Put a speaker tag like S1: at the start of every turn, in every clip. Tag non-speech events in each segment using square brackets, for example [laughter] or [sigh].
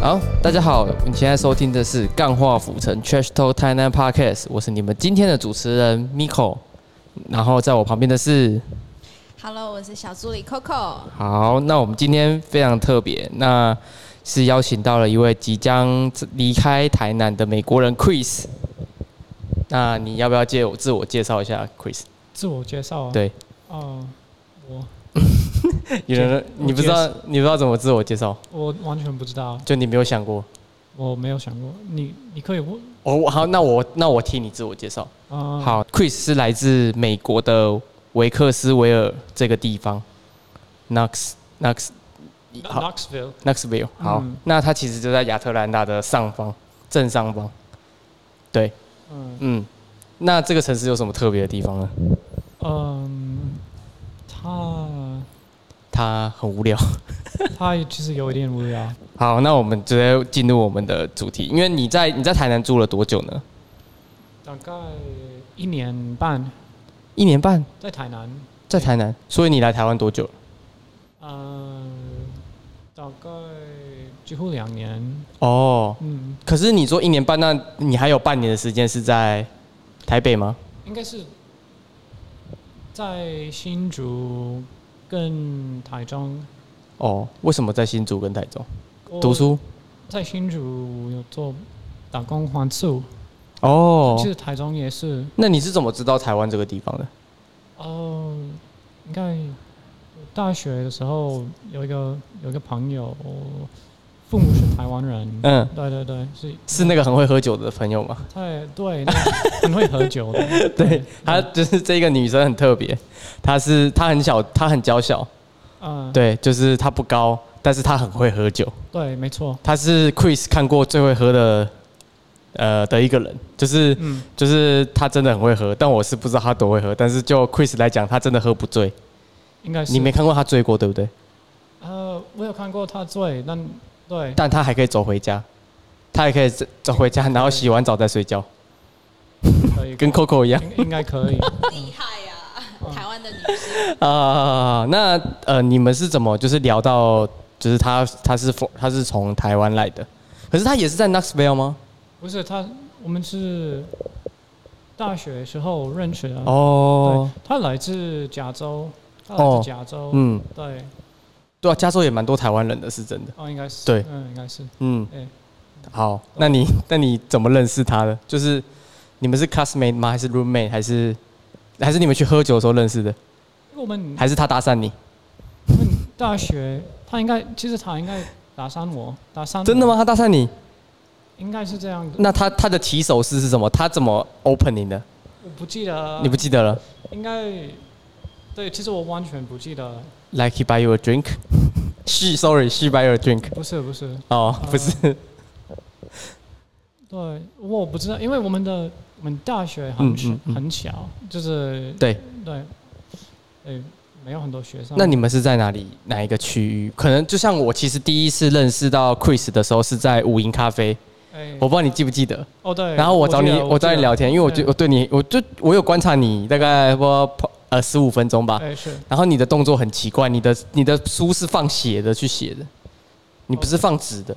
S1: 好，大家好，你现在收听的是《干话浮城 Trash Talk Taiwan Podcast》，我是你们今天的主持人 Miko，然后在我旁边的是
S2: Hello，我是小助理 Coco。
S1: 好，那我们今天非常特别，那是邀请到了一位即将离开台南的美国人 Chris。那你要不要介我自我介绍一下，Chris？
S3: 自我介绍啊。
S1: 对。
S3: 哦、我
S1: 有人
S3: 我
S1: 你不知道你不知道怎么自我介绍，
S3: 我完全不知道，
S1: 就你没有想过。
S3: 我没有想过。你你可以问
S1: 哦，我好，那我那我替你自我介绍。
S3: 啊、
S1: 好，Chris 是来自美国的维克斯维尔这个地方，Knox Knox 好
S3: Knoxville，
S1: Knoxville。好，
S3: 嗯
S1: 那他其实就在亚特兰大的上方正上方。
S3: 嗯
S1: 嗯，那这个城市有什么特别的地方呢？
S3: 嗯，他
S1: 它很无聊。 [laughs]
S3: 他其实有一点无聊，
S1: 好，那我们直接进入我们的主题，因为你在你在台南住了多久呢？
S3: 大概一年半
S1: 一年半，
S3: 在台南，
S1: 在台南，所以你来台湾多久了？
S3: 嗯，大概几乎两年，
S1: 哦，
S3: 嗯，
S1: 可是你说一年半，那你还有半年的时间是在台北吗？
S3: 应该是在新竹跟台中
S1: 哦，为什么在新竹跟台中
S3: 我
S1: 读书？
S3: 在新竹有做打工换宿，其
S1: 哦，
S3: 实台中也是，
S1: 那你是怎么知道台湾这个地方的？
S3: 哦、应该大学的时候有一个有一个朋友，父母是台湾人，
S1: 嗯，
S3: 对对对，是
S1: 是那个很会喝酒的朋友吗？
S3: 太对，那 [laughs] 很会喝
S1: [laughs]
S3: 酒的，
S1: 对，她
S3: 嗯
S1: 就是这个女生很特别，她是她很小，她很娇小，
S3: 嗯、
S1: 对，就是她不高，但是她很会喝酒。
S3: 对，没错，
S1: 她是 Chris 看过最会喝的，呃的一个人，就是
S3: 嗯，
S1: 就是她真的很会喝，但我是不知道她多会喝，但是就 Chris 来讲，她真的喝不醉。
S3: 应该是
S1: 你没看过她醉过，对不对？
S3: 呃，我有看过他醉，但对，
S1: 但她还可以走回家，她还可以走走回家，然后洗完澡再睡觉，
S3: 可以
S1: 跟 Coco 一 [laughs] 样。
S3: 应应该可以，
S2: 厉害呀、
S3: 嗯
S2: 台湾的女性。
S1: 啊、那呃，你们是怎么就是聊到，就是他他是他是从台湾来的，可是他也是在 Knoxville 吗？
S3: 不是他，我们是大学时候认识的，
S1: 哦
S3: 对，，他来自加州，他
S1: 哦
S3: 来自加州，
S1: 嗯，
S3: 对，
S1: 对啊，加州也蛮多台湾人的，是真的。
S3: 哦，应该是，
S1: 对
S3: 嗯，应该是，
S1: 嗯，
S3: 对，
S1: 好，那你那你怎么认识他的？就是你们是 classmate 吗？还是 roommate？还是还是你们去喝酒的时候认识的？
S3: 因为我们
S1: 还是他搭讪你？
S3: 我们大学，他应该，其实他应该打伤我，打伤，
S1: 真的吗？？他搭讪你？
S3: 应该是这样的，
S1: 那他他的起手式是什么？他怎么 opening 的？
S3: 我不记得，
S1: 你不记得了
S3: 应该，对，其实我完全不记得，
S1: ？Like he buy you a drink? she sorry, she buy you a drink.
S3: 不是不是，
S1: 哦，不是。
S3: 对，我不知道，因为我们的我们大学很
S1: 嗯
S3: 小、
S1: 嗯嗯
S3: 很小，就是
S1: 对
S3: 对，对，没有很多学生，
S1: 那你们是在哪里哪一个区域？可能就像我其实第一次认识到 Chris 的时候是在五营咖啡，
S3: 哎
S1: 我不知道你记不记得。
S3: 哦对，
S1: 然后我找你
S3: 记，得
S1: 我找你聊天，因为我就我对你，我就我有观察你大概不呃十五分钟吧。
S3: 哎是
S1: 然后你的动作很奇怪，你的你的书是放斜的去写的，你不是放直的。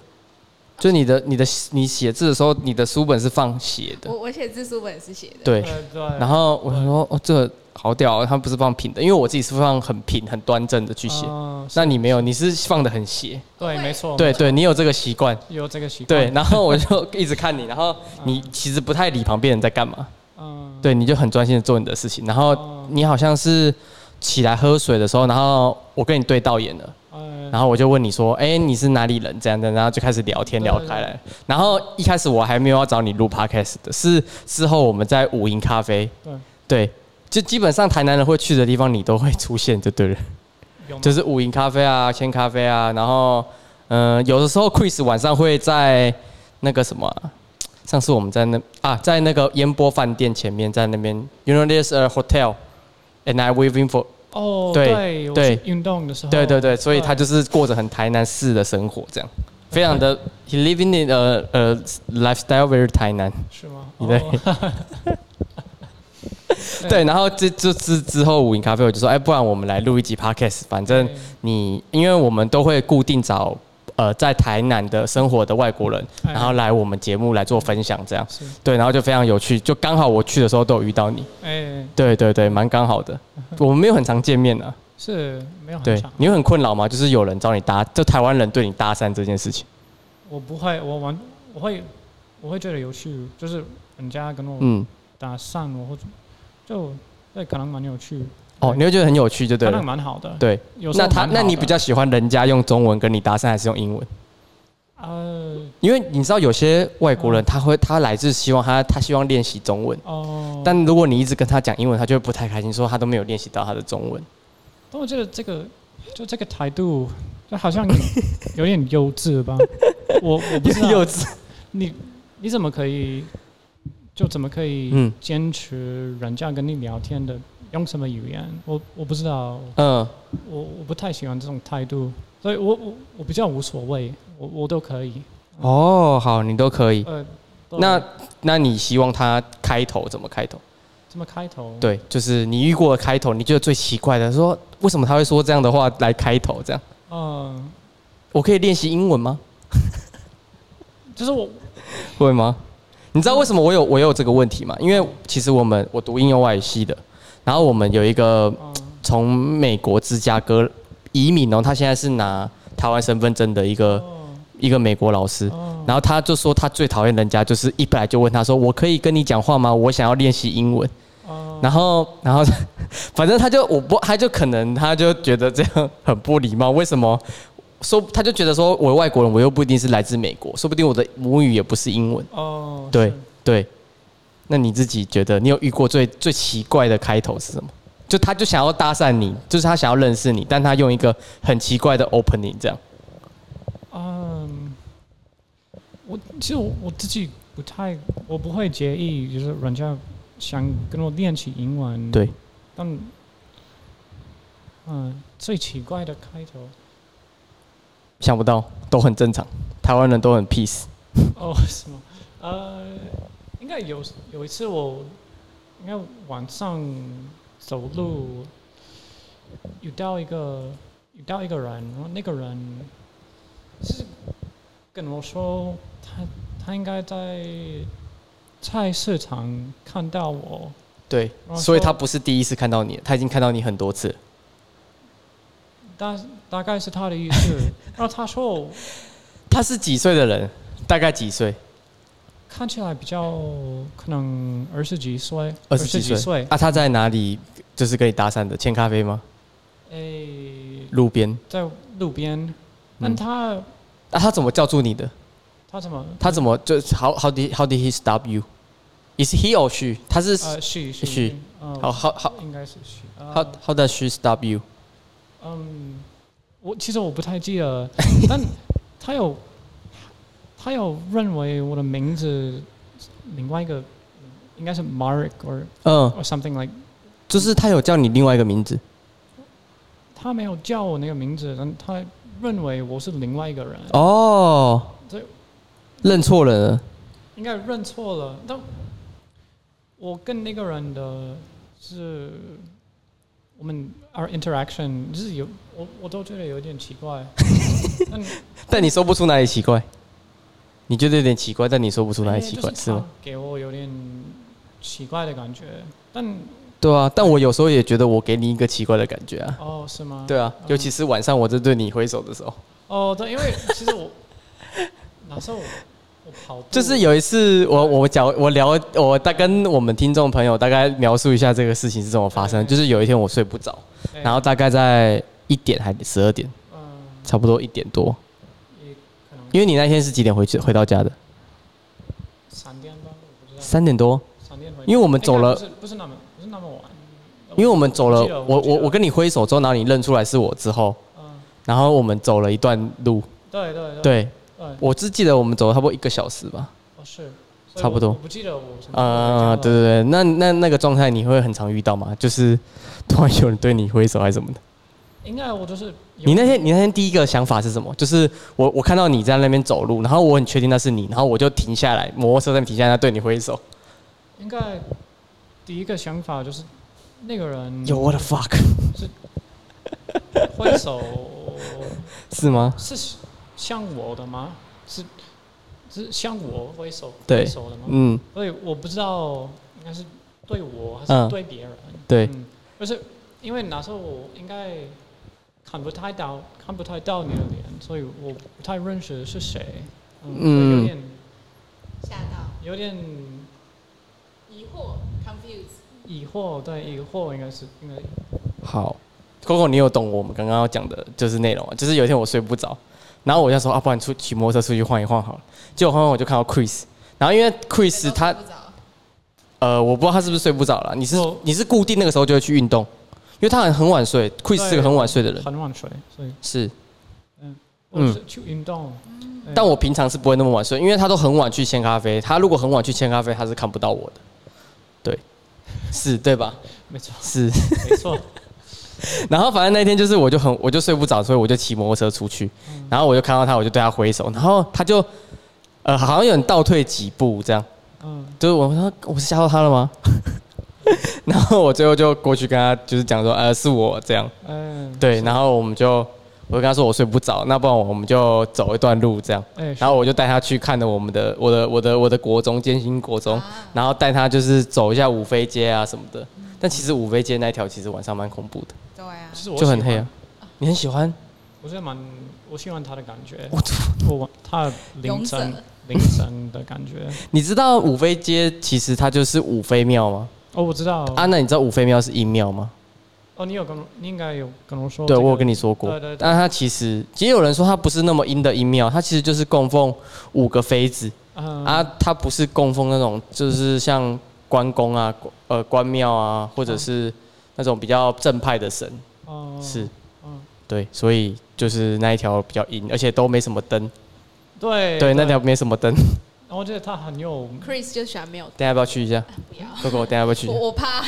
S1: 就你的你的你写字的时候，你的书本是放斜的
S2: 我，我写字书本是写的，
S1: 对。
S3: 对对，
S1: 然后我想说，哦，这个好屌哦，他们不是放平的，因为我自己是放很平、很端正的去写。
S3: 嗯
S1: 那你没有，你是放的很斜，
S3: 对，没错，
S1: 对对，你有这个习惯，
S3: 有这个习惯。
S1: 对。，然后我就一直看你，然后你其实不太理旁边人在干嘛，
S3: 嗯，
S1: 对，你就很专心的做你的事情。然后
S3: 哦
S1: 你好像是起来喝水的时候，然后我跟你对到眼了，
S3: 呃，
S1: 然后我就问你说，哎，你是哪里人？这样的，然后就开始聊天
S3: 对
S1: 聊开来。然后一开始我还没有要找你录 podcast 的，是之后我们在五营咖啡，
S3: 对，
S1: 对。就基本上台南人会去的地方，你都会出现，就对了。
S3: 有吗
S1: 就是五营咖啡啊、千咖啡啊，然后嗯、呃有的时候 Chris 晚上会在那个什么啊、上次我们在那啊，在那个烟波饭店前面，在那边 You know there's a hotel and I waiting for
S3: 哦，
S1: 对
S3: 对我
S1: 对
S3: 去运动的时候，
S1: 对对对，所以他就
S3: 对
S1: 是过着很台南式的生活，这样非常的 he living in a a lifestyle very 台南。
S3: 是吗？
S1: 你在 [laughs]
S3: 哦嗯
S1: 对，然后这这之之后五营咖啡
S3: 嗯
S1: 我就说，哎，不然我们来录一集 podcast，反正你因为我们都会固定找呃在台南的生活的外国人，
S3: 哎
S1: 然后来我们节目来做分享，这样
S3: 是，
S1: 对，然后就非常有趣，就刚好我去的时候都有遇到你，
S3: 哎，
S1: 对对对，蛮刚好的，
S3: 嗯
S1: 我们没有很常见面啊，
S3: 是没有很
S1: 对
S3: 长，
S1: 你会很困扰吗？就是有人找你搭，就台湾人对你搭讪这件事情，
S3: 我不会，我玩我会我会觉得有趣，就是人家跟我
S1: 嗯，
S3: 搭讪我或者就对，可能蛮有趣，
S1: 哦，你会觉得很有趣，就对
S3: 可能
S1: 了，
S3: 蛮好的。
S1: 对。
S3: 有时候
S1: 那他，
S3: 蛮好
S1: 那
S3: 的
S1: 你比较喜欢人家用中文跟你搭讪，还是用英文？
S3: 呃
S1: 因为你知道有些外国人他会他来自希望他他希望练习中文，
S3: 哦，
S1: 但如果你一直跟他讲英文，他就会不太开心，说他都没有练习到他的中文。
S3: 但我觉得这个就这个态度，就好像有点幼稚吧。我我不知道
S1: 幼 [laughs] 稚，
S3: 你你怎么可以就怎么可以
S1: 嗯
S3: 坚持人家跟你聊天的用什么语言？我我不知道，
S1: 嗯，
S3: 我我不太喜欢这种态度，所以我我我比较无所谓，我我都可以。
S1: 哦，好，你都可以。
S3: 呃，都
S1: 那那你希望他开头怎么开头？
S3: 这么开头，
S1: 对，就是你遇过的开头，你觉得最奇怪的，说为什么他会说这样的话来开头？这样，
S3: 嗯，
S1: 我可以练习英文吗？
S3: 就是我
S1: 会吗？你知道为什么我有我有这个问题吗？因为其实我们我读应用外语系的，然后我们有一个
S3: 嗯
S1: 从美国芝加哥移民哦，他现在是拿台湾身份证的一个
S3: 哦
S1: 一个美国老师，
S3: 哦
S1: 然后他就说他最讨厌人家就是一来就问他说我可以跟你讲话吗？我想要练习英文，
S3: 哦
S1: 然后然后 [laughs] 反正他就我不他就可能他就觉得这样很不礼貌，为什么？说他就觉得说我外国人，我又不一定是来自美国，说不定我的母语也不是英文。
S3: 哦，
S1: 对
S3: 是
S1: 对，那你自己觉得你有遇过最最奇怪的开头是什么？就他就想要搭讪你，就是他想要认识你，但他用一个很奇怪的 opening 这样。
S3: 嗯，我其实我我自己不太，我不会介意，就是人家想跟我练起英文。
S1: 对，
S3: 但嗯、最奇怪的开头
S1: 想不到，都很正常，台湾人都很 peace。
S3: 哦 [laughs] 什么？呃，应该有有一次我应该晚上走路遇到一个遇到一个人，然后那个人是跟我说他他应该在菜市场看到我，
S1: 对，
S3: 然后
S1: 所以
S3: 哦说
S1: 他不是第一次看到你，他已经看到你很多次了。
S3: 大大概是他的意思。然后他说
S1: 他是几岁的人？大概几岁？
S3: 看起来比较可能二十几岁，
S1: 二十
S3: 十
S1: 几
S3: 几
S1: 岁
S3: 岁，
S1: 啊？他在哪里？就是跟你搭讪的，欠咖啡吗？
S3: 诶、
S1: 路边
S3: 在路边，
S1: 嗯
S3: 但他、
S1: 啊？他怎么叫住你的？
S3: 他怎么？
S1: 他怎么就 how how did how did he stop you? Is he or she？他是
S3: 呃，是是
S1: 是，
S3: 呃
S1: 好好好，
S3: 应该是是。
S1: How
S3: 呃
S1: how does she stop you？
S3: 嗯，我其实我不太记
S1: [laughs]
S3: 得，但他有他有认为我的名字另外一个应该是 Mark or
S1: 嗯，
S3: or something like，
S1: 就是他有叫你另外一个名字
S3: 他没有叫我那个名字，但他认为我是另外一个人，
S1: 哦
S3: 对，
S1: 认错人了。
S3: 应该认错了。但我跟那个人的是我们 our interaction 就是有我我都觉得有点奇
S1: [laughs]
S3: 怪，但。
S1: 但你说不出哪里奇怪，你觉得有点奇怪，但你说不出哪里奇怪，
S3: 哎就是
S1: 吗？
S3: 他给我有点奇怪的感觉，但
S1: 对啊，但我有时候也觉得我给你一个奇怪的感觉啊。
S3: 哦是吗？
S1: 对啊，尤其是晚上我在对你挥手的时候，
S3: 哦对，因为其实我 [laughs] 那时候我我跑步
S1: 就是有一次我我讲我聊我大跟我们听众朋友大概描述一下这个事情是怎么发生，
S3: 对
S1: 就是有一天我睡不着，
S3: 哎
S1: 然后大概在一点还十二点，
S3: 嗯
S1: 差不多一点多，
S3: 也可能
S1: 因为你那天是几点回去回到家的？
S3: 闪电吧，我不知道
S1: 三点多。
S3: 闪电回
S1: 因为我们走了
S3: 应该不是不是那么不是那么晚，
S1: 因为我们走了
S3: 记得，
S1: 我
S3: 记得
S1: 我我跟你挥手之后，然后你认出来是我之后，
S3: 嗯
S1: 然后我们走了一段路。
S3: 对对
S1: 对，
S3: 对
S1: 我只记得我们走了差不多一个小时吧。
S3: 哦是所以
S1: 差不多
S3: 我我不记得我什么时候回家
S1: 啊，
S3: 了
S1: 对对对，那那那个状态你会很常遇到吗？就是突然有人对你挥手还是什么的？
S3: 应该我就是有
S1: 你那天你那天第一个想法是什么？就是我我看到你在那边走路，然后我很确定那是你，然后我就停下来，摩托车在那边停下来对你挥手。
S3: 应该第一个想法就是那个人
S1: 有啊 what the fuck
S3: 挥手。
S1: 是吗？
S3: 是像我的吗？是是像我挥手
S1: 对
S3: 挥手的吗？
S1: 嗯，
S3: 所以我不知道应该是对我还
S1: 嗯
S3: 是对别人。
S1: 对
S3: 嗯，就是因为那时候我应该看不太到，看不太到你的脸，所以我不太认识是谁。
S1: 嗯
S3: 嗯，所以有点
S2: 吓到、
S3: 有点
S2: 疑惑、confuse，
S3: 疑惑，对，疑惑应该是应该
S1: 好，Coco，你有懂我们刚刚要讲的就是内容吗？就是有一天我睡不着，然后我就说啊，不然出骑摩托车出去晃一晃好了。结果晃晃我就看到 Chris，然后因为 Chris 他呃，我不知道他是不是睡不着了。你是
S3: 我
S1: 你是固定那个时候就会去运动，因为他很很晚睡，Chris
S3: 对
S1: 是个很晚睡的人，
S3: 很晚睡，所以
S1: 是。
S3: 我
S1: 嗯
S3: 是去运动。对
S1: 但我平常是不会那么晚睡，因为他都很晚去签咖啡。他如果很晚去签咖啡，他是看不到我的。对，是对吧？[laughs]
S3: 没错，
S1: 是。
S3: 没错。
S1: 然后反正那天就是我就很我就睡不着，所以我就骑摩托车出去，然后我就看到他，我就对他挥手，然后他就呃好像有点倒退几步这样，
S3: 嗯，
S1: 就是我说我是吓到他了吗？ [laughs] 然后我最后就过去跟他就是讲说呃是我这样，
S3: 嗯，
S1: 对，然后我们就我就跟他说我睡不着，那不然我们就走一段路这样。
S3: 哎，是
S1: 然后我就带他去看了我们的我的我的我的国中建新国中
S2: 啊，
S1: 然后带他就是走一下五妃街啊什么的。但其实五妃街那一条其实晚上蛮恐怖的，
S2: 对啊
S3: 其，实我
S1: 就很
S3: 喜欢
S1: 黑啊。你很喜欢？
S3: 我是蛮我喜欢他的感觉，
S1: 我
S3: 我他凌晨
S2: 勇者
S3: 凌晨的感觉。
S1: 你知道五妃街其实它就是五妃庙吗？
S3: 哦，我知道。
S1: 啊，那你知道五妃庙是阴庙吗？
S3: 哦，你有跟我你应该有跟我哦说这
S1: 对，
S3: 个。
S1: 我有跟你说过
S3: 对对对。
S1: 但它其实，其实有人说它不是那么阴的阴庙，它其实就是供奉五个妃子
S3: 嗯
S1: 啊，它不是供奉那种就是像关公啊、呃关庙
S3: 嗯
S1: 啊，或者是那种比较正派的神。
S3: 哦
S1: 是，
S3: 嗯
S1: 对，所以就是那一条比较阴，而且都没什么灯。
S3: 对
S1: 对，那条没什么灯。 [laughs] 等
S3: 我觉得他很有，
S2: Chris 就喜欢没有
S1: 下要不要去一下？
S2: 不要，
S1: 哥哥，等下要不要去一
S2: 我
S1: 下？
S2: 我怕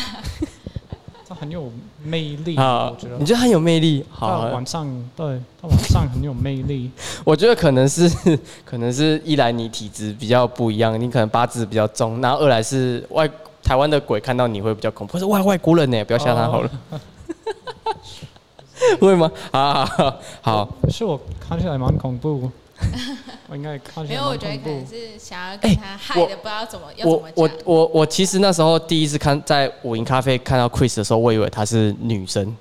S3: 他很有魅力。
S1: 啊
S3: 我觉得
S1: 你觉得很有魅力。
S3: 他
S1: 好，
S3: 晚上对他晚上很有魅力。
S1: 我觉得可能是 [laughs] 可能是一来你体质比较不一样，你可能八字比较重，然后二来是外台湾的鬼看到你会比较恐怖，或是外外国人欸呢，不要吓
S2: 哦
S1: 他
S2: [laughs]
S1: 好了。会吗？好好好好，
S3: 是我看起来蛮恐怖，我应该看起
S2: [laughs] 没
S3: 来
S2: 有，我
S3: 蛮
S2: 觉得
S3: 恐
S2: 可能
S3: 怖。嗯
S2: 是想要跟他害
S1: 哎我
S2: 的，不知道怎么要怎
S1: 我
S2: 么
S1: 我
S2: 讲。
S1: 我我其实那时候第一次看在五营咖啡看到 Chris 的时候，我以为她是女生，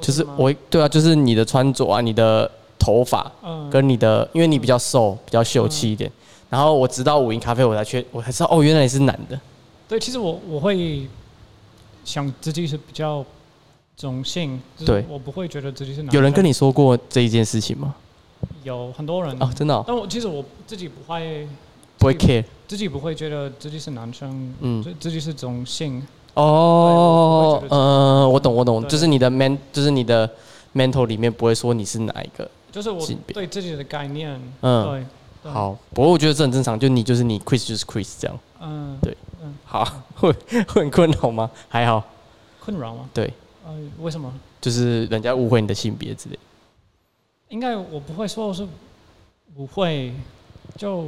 S1: 就是
S3: 吗
S1: 我对啊，就是你的穿着啊，你的头发
S3: 嗯
S1: 跟你的，因为你比较瘦，比较秀气一点。然后我直到五营咖啡，我才确我才知道哦，原来你是男的。
S3: 对，其实我我会想自己是比较中性，就是
S1: 对
S3: 我不会觉得自己是男生。
S1: 有人跟你说过这一件事情吗？
S3: 有很多人
S1: 哦，真的哦、
S3: 但我其实我自己不会，
S1: 不会 care
S3: 自己不会觉得自己是男生，
S1: 嗯
S3: 嗯，自己是中性，
S1: 哦
S3: 对我不会觉得，这
S1: 嗯、我懂我懂，
S3: 对
S1: 就是你的 man，就是你的 mental 里面不会说你是哪一个。
S3: 就是我
S1: 性别
S3: 对自己的概念，
S1: 嗯
S3: 对，对，
S1: 好，不过我觉得这很正常，就你就是你，Chris 就是 Chris 这样。
S3: 嗯，
S1: 对好， [laughs] 会会很困扰吗？还好，
S3: 困扰吗？
S1: 对，
S3: 呃，为什么？
S1: 就是人家误会你的性别之类。
S3: 应该我不会说我是不会，就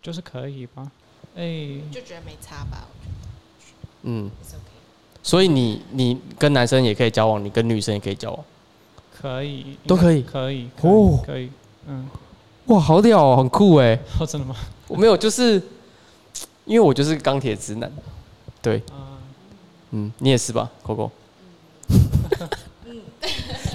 S3: 就是可以吧？哎、
S2: 就觉得没差吧，我觉
S1: 嗯，
S2: 得是 OK。
S1: 所以你你跟男生也可以交往，你跟女生也可以交往。
S3: 可以，
S1: 都可以
S3: 可以，可以
S1: 哦
S3: 可以，嗯，
S1: 哇，好屌哦，很酷哎！
S3: 哦，真的吗？
S1: 我没有，就是因为我就是钢铁直男。对，
S3: 啊、
S1: 嗯，你也是吧，Coco？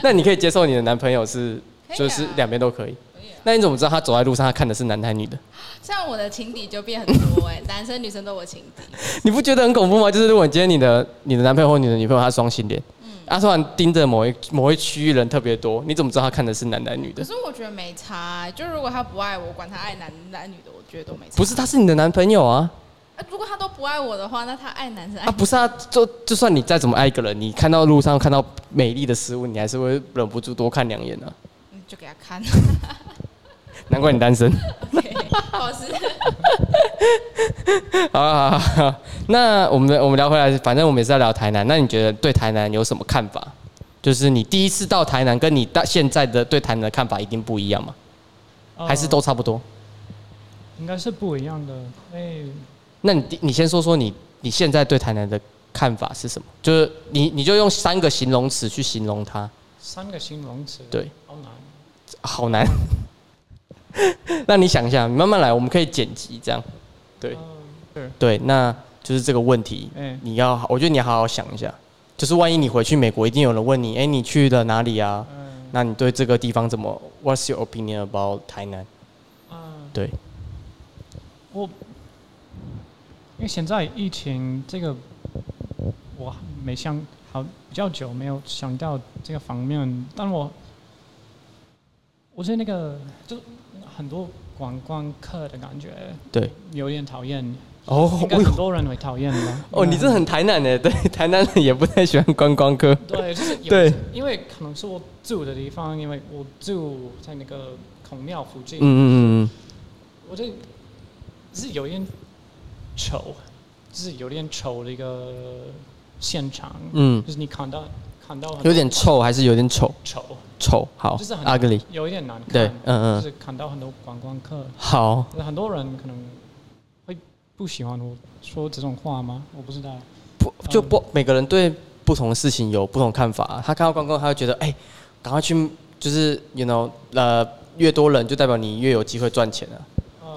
S1: 那你可以接受你的男朋友是，
S2: 嗯可以啊
S1: 就是两边都可以。
S2: 可以啊
S1: 那你怎么知道他走在路上，他看的是男的还是女的？
S2: 像我的情敌就变很
S1: [laughs]
S2: 多哎、男生女生都我情敌，
S1: 你不觉得很恐怖吗？就是如果你今天你的你的男朋友或你的女朋友他是双性恋，
S2: 嗯
S1: 他、突然盯着某一某一区域人特别多，你怎么知道他看的是男的还是女
S2: 可
S1: 的？
S2: 是我觉得没差、就如果他不爱我，管他爱男男女的，我觉得都没差。
S1: 不是，他是你的男朋友啊！
S2: 啊，如果他都不爱我的话，那他爱男生哎爱
S1: 啊，不是啊，就就算你再怎么爱一个人，你看到路上看到美丽的食物，你还是会忍不住多看两眼 [laughs] 啊。
S2: 嗯就给他
S1: [laughs]
S2: 看。
S1: 难怪你单身。
S2: OK，老师，
S1: 好啊好啊好啊那我们的我们聊回来，反正我们也是要聊台南。那你觉得对台南有什么看法？就是你第一次到台南，跟你到现在的对台南的看法一定不一样吗？
S3: 呃
S1: 还是都差不多？
S3: 应该是不一样的。哎、
S1: 那你第你先说说你你现在对台南的看法是什么？就是你你就用三个形容词去形容它。
S3: 三个形容词，
S1: 对，
S3: 好难。
S1: 好难。 [laughs] 那你想一下，你慢慢来，我们可以剪辑这样。对
S3: 嗯
S1: 对，那就是这个问题，
S3: 嗯
S1: 你要好，我觉得你要好好想一下。就是万一你回去美国，一定有人问你，哎、你去了哪里啊？
S3: 嗯
S1: 那你对这个地方怎么？What's your opinion about 台南？
S3: 嗯，
S1: 对，
S3: 我因为现在疫情这个，我没想好比较久没有想到这个方面，但我我是那个就很多观光客的感觉，
S1: 对，
S3: 有点讨厌，
S1: 哦
S3: 应，该嗯
S1: 哎
S3: 很
S1: 呦，
S3: 多人会讨厌吧？
S1: [laughs] 哦，你这很台南的，对， [laughs] 台南人也不太喜欢观光客。
S3: 对，就是有
S1: 对，
S3: 因为可能是我住的地方，因为我住在那个孔庙附近，
S1: 嗯嗯嗯
S3: 我这是有点丑，就是有点丑的一个现场，
S1: 嗯，
S3: 就是你看到看到很
S1: 嗯，有点臭，还是有点丑，
S3: 丑，
S1: 丑好
S3: 哦就是很
S1: ，ugly，
S3: 有一点难看，
S1: 对，嗯嗯，
S3: 就是看到很多观光客，
S1: 好，
S3: 就是很多人可能会不喜欢我说这种话吗？我不知道，
S1: 不就不每个人对不同的事情有不同看法、他看到观光，他会觉得，哎、赶快去，就是，you know，呃，越多人就代表你越有机会赚钱啊。
S3: 呃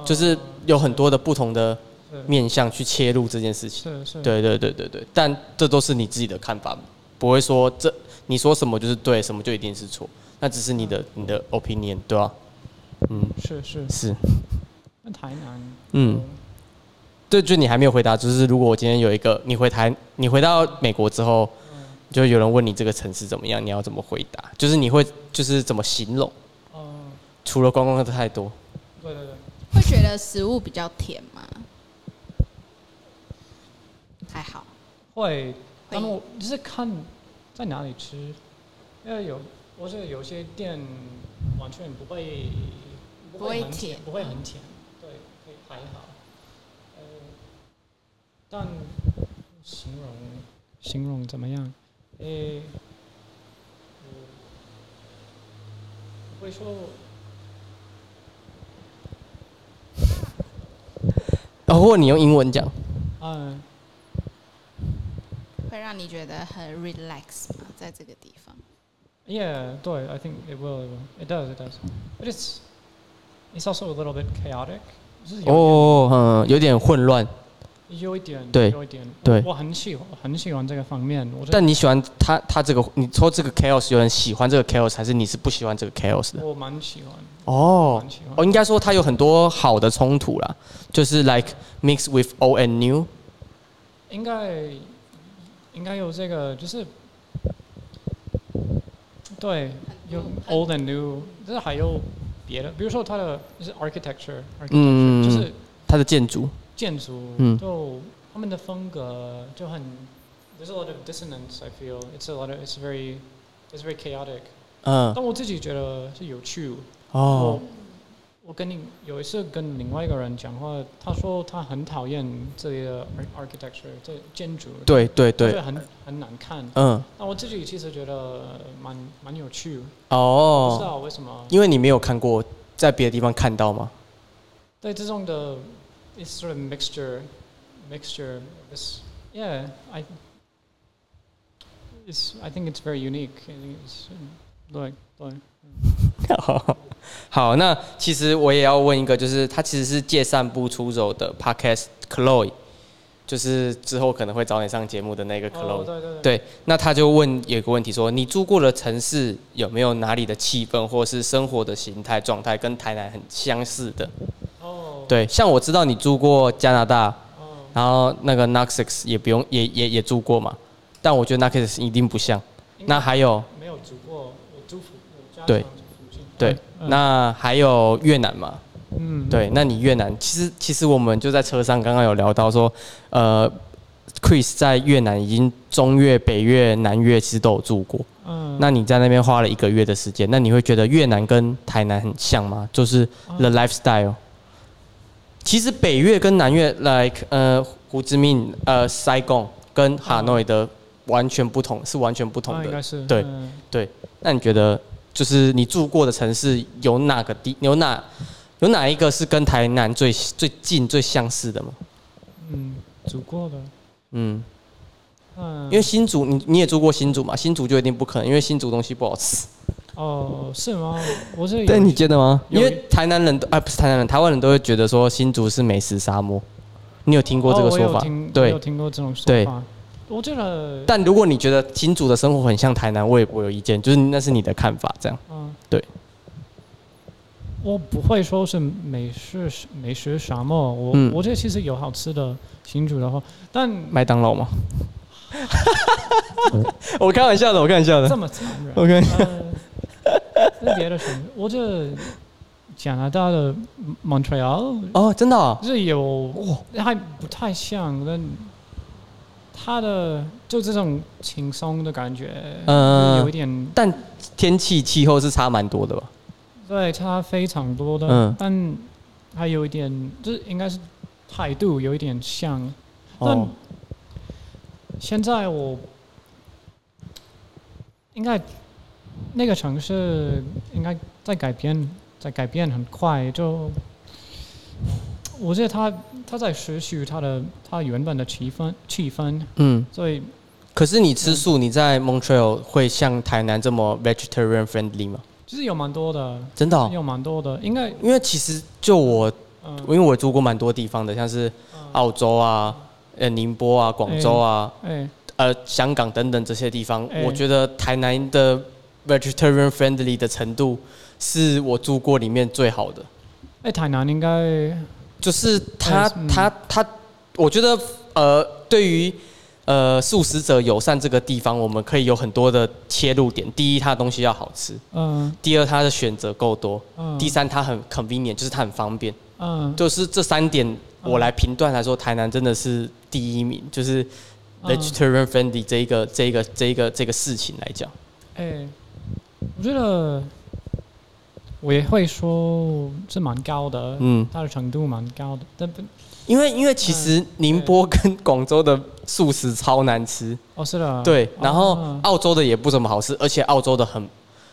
S1: 就是有很多的不同的
S3: 是
S1: 面向去切入这件事情。
S3: 是是，
S1: 对对对对对，但这都是你自己的看法，不会说这你说什么就是对，什么就一定是错，那只是你的你的 opinion，对吧、嗯，
S3: 是是，
S1: 是，
S3: 那台南，
S1: 嗯。对，就你还没有回答，就是如果我今天有一个你回台，你回到美国之后，
S3: 嗯
S1: 就有人问你这个城市怎么样，你要怎么回答？就是你会就是怎么形容？
S3: 呃，哦，
S1: 除了观光客太多，
S3: 对对对，
S2: 会觉得食物比较甜吗？还好，
S3: 会，他们我就是看在哪里吃，因为有我是有些店完全不会
S2: 不会
S3: 很
S2: 甜
S3: 不会很甜，对，会还好。呃，但形容形容怎么样？呃，我会说
S1: 哦，或者你用英文讲，
S3: 嗯。
S2: 会让你觉得很 relax 吗？在这个地方，
S3: Yeah, do I think it will. It will. It does. It does. But it's it's also a little bit chaotic. 就是有
S1: 哦，嗯，有点混乱，
S3: 有一点，
S1: 对
S3: 有一点，
S1: 对
S3: 我我很喜欢，很喜欢这个方面。我觉得
S1: 但你喜欢他他这个，你说这个 chaos 有人喜欢这个 chaos，还是你是不喜欢这个 chaos 的？
S3: 我蛮喜欢，
S1: 哦
S3: 蛮喜
S1: 哦，
S3: 欢。
S1: 应该说它有很多好的冲突啦，就是 like mix with old and new。
S3: 应该应该有这个，就是对，有 old and new，就是还有别的，比如说它的就是 architecture，, architecture
S1: 嗯
S3: 就是
S1: 它的建筑，
S3: 建筑，
S1: 嗯
S3: 就他们的风格就很，there's a lot of dissonance. I feel it's a lot of it's very it's very chaotic.
S1: 嗯，
S3: 但我自己觉得是有趣。
S1: 哦
S3: 我，我跟你有一次跟另外一个人讲话，他说他很讨厌这里的 ar- architecture 这建筑，
S1: 对对
S3: 他觉
S1: 对
S3: 得，很很难看。
S1: 嗯，
S3: 那我自己其实觉得蛮蛮有趣，不知
S1: 哦，
S3: 道为什么
S1: 因为你没有看过，在别的地方看到吗？
S3: 对这种的，it's sort of mixture mixture of this yeah I it's I think it's very unique. I think it's- 对对，
S1: [laughs] 好，那其实我也要问一个，就是他其实是借散步出走的 podcast Chloe，就是之后可能会找你上节目的那个 Chloe。
S3: 哦对对对，
S1: 对，那他就问有个问题说，你住过的城市有没有哪里的气氛或是生活的形态状态跟台南很相似的？
S3: 哦
S1: 对，像我知道你住过加拿大，
S3: 哦
S1: 然后那个 Nuxix 也不用也也也住过嘛，但我觉得 Nuxix 一定不像。
S3: 应该
S1: 那还有
S3: 没有住过，我住附我家
S1: 对
S3: 常住附近。
S1: 对，
S3: 嗯
S1: 那还有越南嘛？
S3: 嗯
S1: 对，那你越南其实其实我们就在车上刚刚有聊到说，呃，Chris 在越南已经中越、北越、南越其实都有住过。
S3: 嗯
S1: 那你在那边花了一个月的时间，那你会觉得越南跟台南很像吗？就是
S3: 嗯
S1: the lifestyle。其实北越跟南越，like 呃胡志明、呃塞贡跟哈内的完全不同，是完全不同
S3: 啊应
S1: 的
S3: 该。是
S1: 对
S3: 嗯
S1: 那你觉得，就是你住过的城市有哪个地有哪有哪一个是跟台南最最近最相似的吗？
S3: 嗯住过的，
S1: 嗯，
S3: 嗯
S1: 因为新竹你你也住过新竹嘛，新竹就一定不可能，因为新竹东西不好吃。
S3: 哦，是吗？我是
S1: 但你觉得吗？
S3: 哎有
S1: 因为台南人都啊，不是台南人，台湾人都会觉得说新竹是美食沙漠。你有听过这个说
S3: 哦我有
S1: 法
S3: 听？我
S1: 对
S3: 有。听过这种说
S1: 对
S3: 法。我觉得，
S1: 但如果你觉得新竹的生活很像台南，我也不有意见，就是那是你的看法，这样。
S3: 嗯，
S1: 对，
S3: 我不会说是美食美食沙漠，我、
S1: 嗯
S3: 我这其实有好吃的新竹的话，但
S1: 麦当劳吗？
S3: 嗯
S1: [laughs] 我开玩笑的，我开玩笑
S3: 这
S1: 的。
S3: 么残
S1: [laughs]
S3: 忍。
S1: OK，
S3: 呃，那别的城市，我这加拿大的 Montreal
S1: 哦，真的、哦，
S3: 是有，还不太像，但它的就这种轻松的感觉，
S1: 嗯
S3: 有一点
S1: 但天气气候是差蛮多的吧？
S3: 对差非常多的，
S1: 嗯
S3: 但还有一点，就是应该是态度有一点像，
S1: 哦，
S3: 但现在我应该那个城市应该在改变，在改变很快。就我觉得他他在失去他的他原本的气氛气氛，
S1: 嗯。
S3: 所以
S1: 可是你吃素，你在 Montreal 会像台南这么 vegetarian friendly 吗？
S3: 其实有蛮多的，
S1: 真的、哦，
S3: 有蛮多的，应该
S1: 因为其实就我，
S3: 嗯、
S1: 因为我住过蛮多地方的，像是澳洲啊、呃宁波啊、广州啊、
S3: 哎
S1: 呃香港等等这些地方，
S3: 哎
S1: 我觉得台南的 vegetarian friendly 的程度是我住过里面最好的。
S3: 哎台南应该
S1: 就是他
S3: 嗯
S1: 他他，我觉得呃，对于呃素食者友善这个地方，我们可以有很多的切入点。第一，它的东西要好吃；
S3: 嗯
S1: 第二，它的选择够多；
S3: 嗯
S1: 第三，它很 convenient，就是它很方便。
S3: 嗯
S1: 就是这三点，我来评断来说，台南真的是第一名，就是
S3: 嗯
S1: vegetarian friendly 这一个这一个这一个这个事情来讲。
S3: 哎、我觉得我也会说是蛮高的，
S1: 嗯，
S3: 它的程度蛮高的，但不，
S1: 因为因为其实宁波跟广州的素食超难吃。
S3: 哦是的，
S1: 对，然后啊
S3: 哦
S1: 澳洲的也不怎么好吃，而且澳洲的很，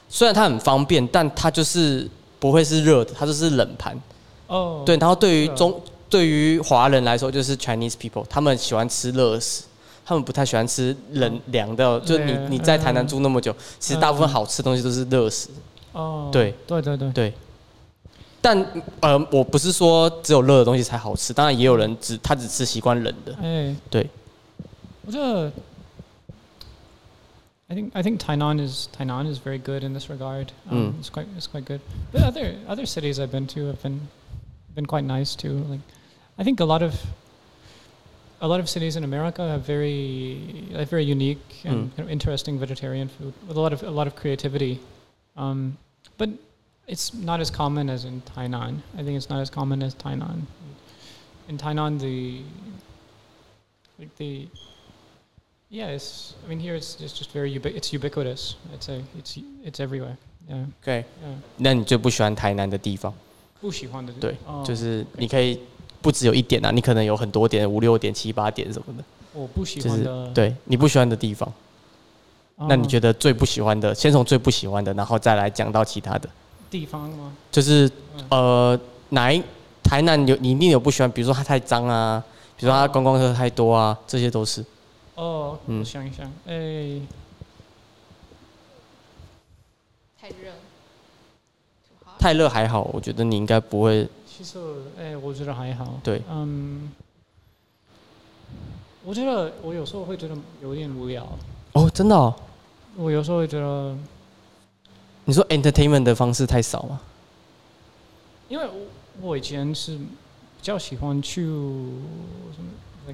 S1: 虽然它很方便，但它就是不会是热的，它就是冷盘。
S3: 哦
S1: 对，然后对于
S3: 是啊
S1: 中对于华人来说，就是 Chinese people，他们喜欢吃热食，他们不太喜欢吃冷凉的。就你
S3: 嗯对
S1: 你在台南
S3: 嗯
S1: 住那么久，其实大部分好吃的东西都是热食。
S3: 哦
S1: 对
S3: 对对对，
S1: 对。但呃，我不是说只有热的东西才好吃，当然也有人只他只吃习惯冷的。
S3: 哎、
S1: 对，
S3: 我觉得 I think I think Tainan is Tainan is very good in this regard. Um,
S1: Mm.
S3: It's quite it's quite good. But other other cities I've been to have been been quite nice too. Like I think a lot of a lot of cities in America have very have very unique
S1: Mm.
S3: and kind of interesting vegetarian food with a lot of a lot of creativity. Um, but it's not as common as in Tainan. I think it's not as common as Tainan. In Tainan, the like the yeah, it's I mean here it's it's just very ubi- it's ubiquitous. I'd say it's it's everywhere. Yeah,
S1: OK，
S3: yeah.
S1: 那你最不喜欢台南的地方？
S3: 不喜欢的
S1: 对，
S3: 哦
S1: 就是你可以不只有一点啊，你可能有很多点，五六点、七八点什么的，就是
S3: oh, 我不喜欢的，哦
S1: 对你不喜欢的地方。
S3: Oh,
S1: 那你觉得最不喜欢的，先从最不喜欢的，然后再来讲到其他的，
S3: 地方吗？
S1: 就是
S3: 嗯
S1: 呃，哪一台南有你一定有不喜欢，比如说它太脏啊，比如说它观光客太多啊，这些都是。
S3: 哦，
S1: 嗯。
S3: 我想一想，哎，
S2: 太热，too hot，
S1: 太热还好，我觉得你应该不会
S3: 其实我，哎、我觉得还好。
S1: 对，
S3: 嗯，我觉得我有时候会觉得有点无聊，
S1: 哦，真的哦。
S3: 我有时候会觉得，
S1: 你说 entertainment 的方式太少吗？
S3: 因为我我以前是比较喜欢去什么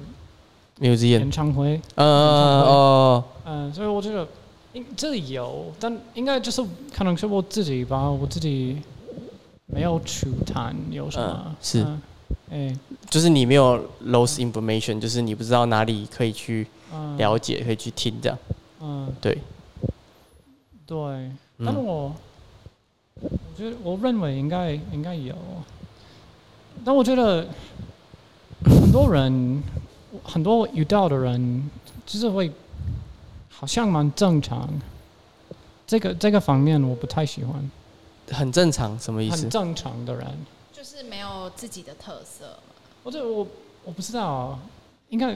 S1: museum，
S3: 演唱会，
S1: 呃哦，
S3: 嗯、所以我觉得应这里有，但应该就是可能是我自己吧，我自己没有去谈有什么，
S1: 嗯是
S3: 嗯哎、
S1: 就是你没有 lost information，就是你不知道哪里可以去
S3: 嗯
S1: 了解，可以去听这样。
S3: 嗯，
S1: 对，
S3: 对。但
S1: 嗯，
S3: 我我觉得我认为应该应该有，但我觉得很多人很多遇到的人就是会好像蛮正常，这个这个方面我不太喜欢，
S1: 很正常，什么意思
S3: 很？正常的人，
S2: 就是没有自己的特色。 [laughs]
S3: 我这我我不知道，啊应该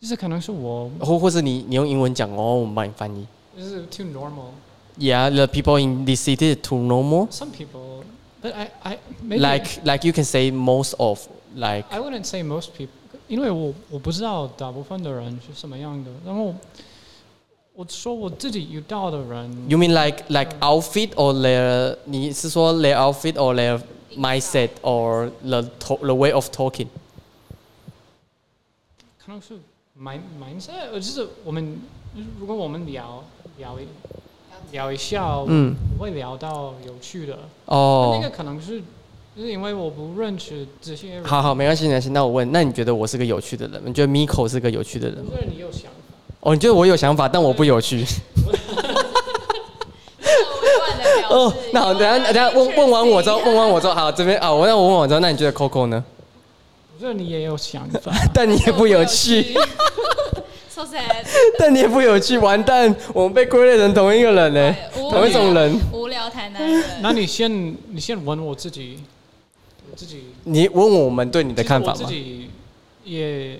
S3: 就是可能是我
S1: 或或是你你用英文讲，然后我们帮你翻译。
S3: 就是 too normal，
S1: yeah, the people in this city to know more.
S3: Some people, but I, I maybe
S1: Like like you can say most of like
S3: I wouldn't say most people，因为我我不知道大部分的人是什么样的。然后我说我自己遇到的人
S1: you mean like like outfit or their 你是说 their outfit or their mindset or the to, the way of talking
S3: 可能是 mind mindset，呃就是我们如果我们聊聊一聊一下，
S1: 嗯，
S3: 我会聊到有趣的。那
S1: 哦
S3: 个。可能是就是因为我不认识这些人，
S1: 好好，没关系，没关系。那我问，那你觉得我是个有趣的人吗？你觉得 Miko 是个有趣的人吗？
S3: 不是你有想法，
S1: 哦，你觉得我有想法，但我不有
S2: [laughs]
S1: 趣。
S2: 哦委婉的表示
S1: 哦，那好，等一下等一下问问完我之后，问完
S2: [laughs]
S1: 我之后，好，这边啊，我那我问完之后，那你觉得 Coco 呢？
S3: 不是你也有想法。
S1: 但你也不有趣，。 [laughs]
S2: So sad，
S1: 但你也不有趣，完蛋，我们被归类成同一个人呢、 [laughs]
S2: 对无聊
S1: 同一种人。
S2: 无聊台南人。
S3: 那你先你先问我自己，我自己
S1: 你问我们对你的
S3: 其实
S1: 看法
S3: 我自
S1: 吗？
S3: 己也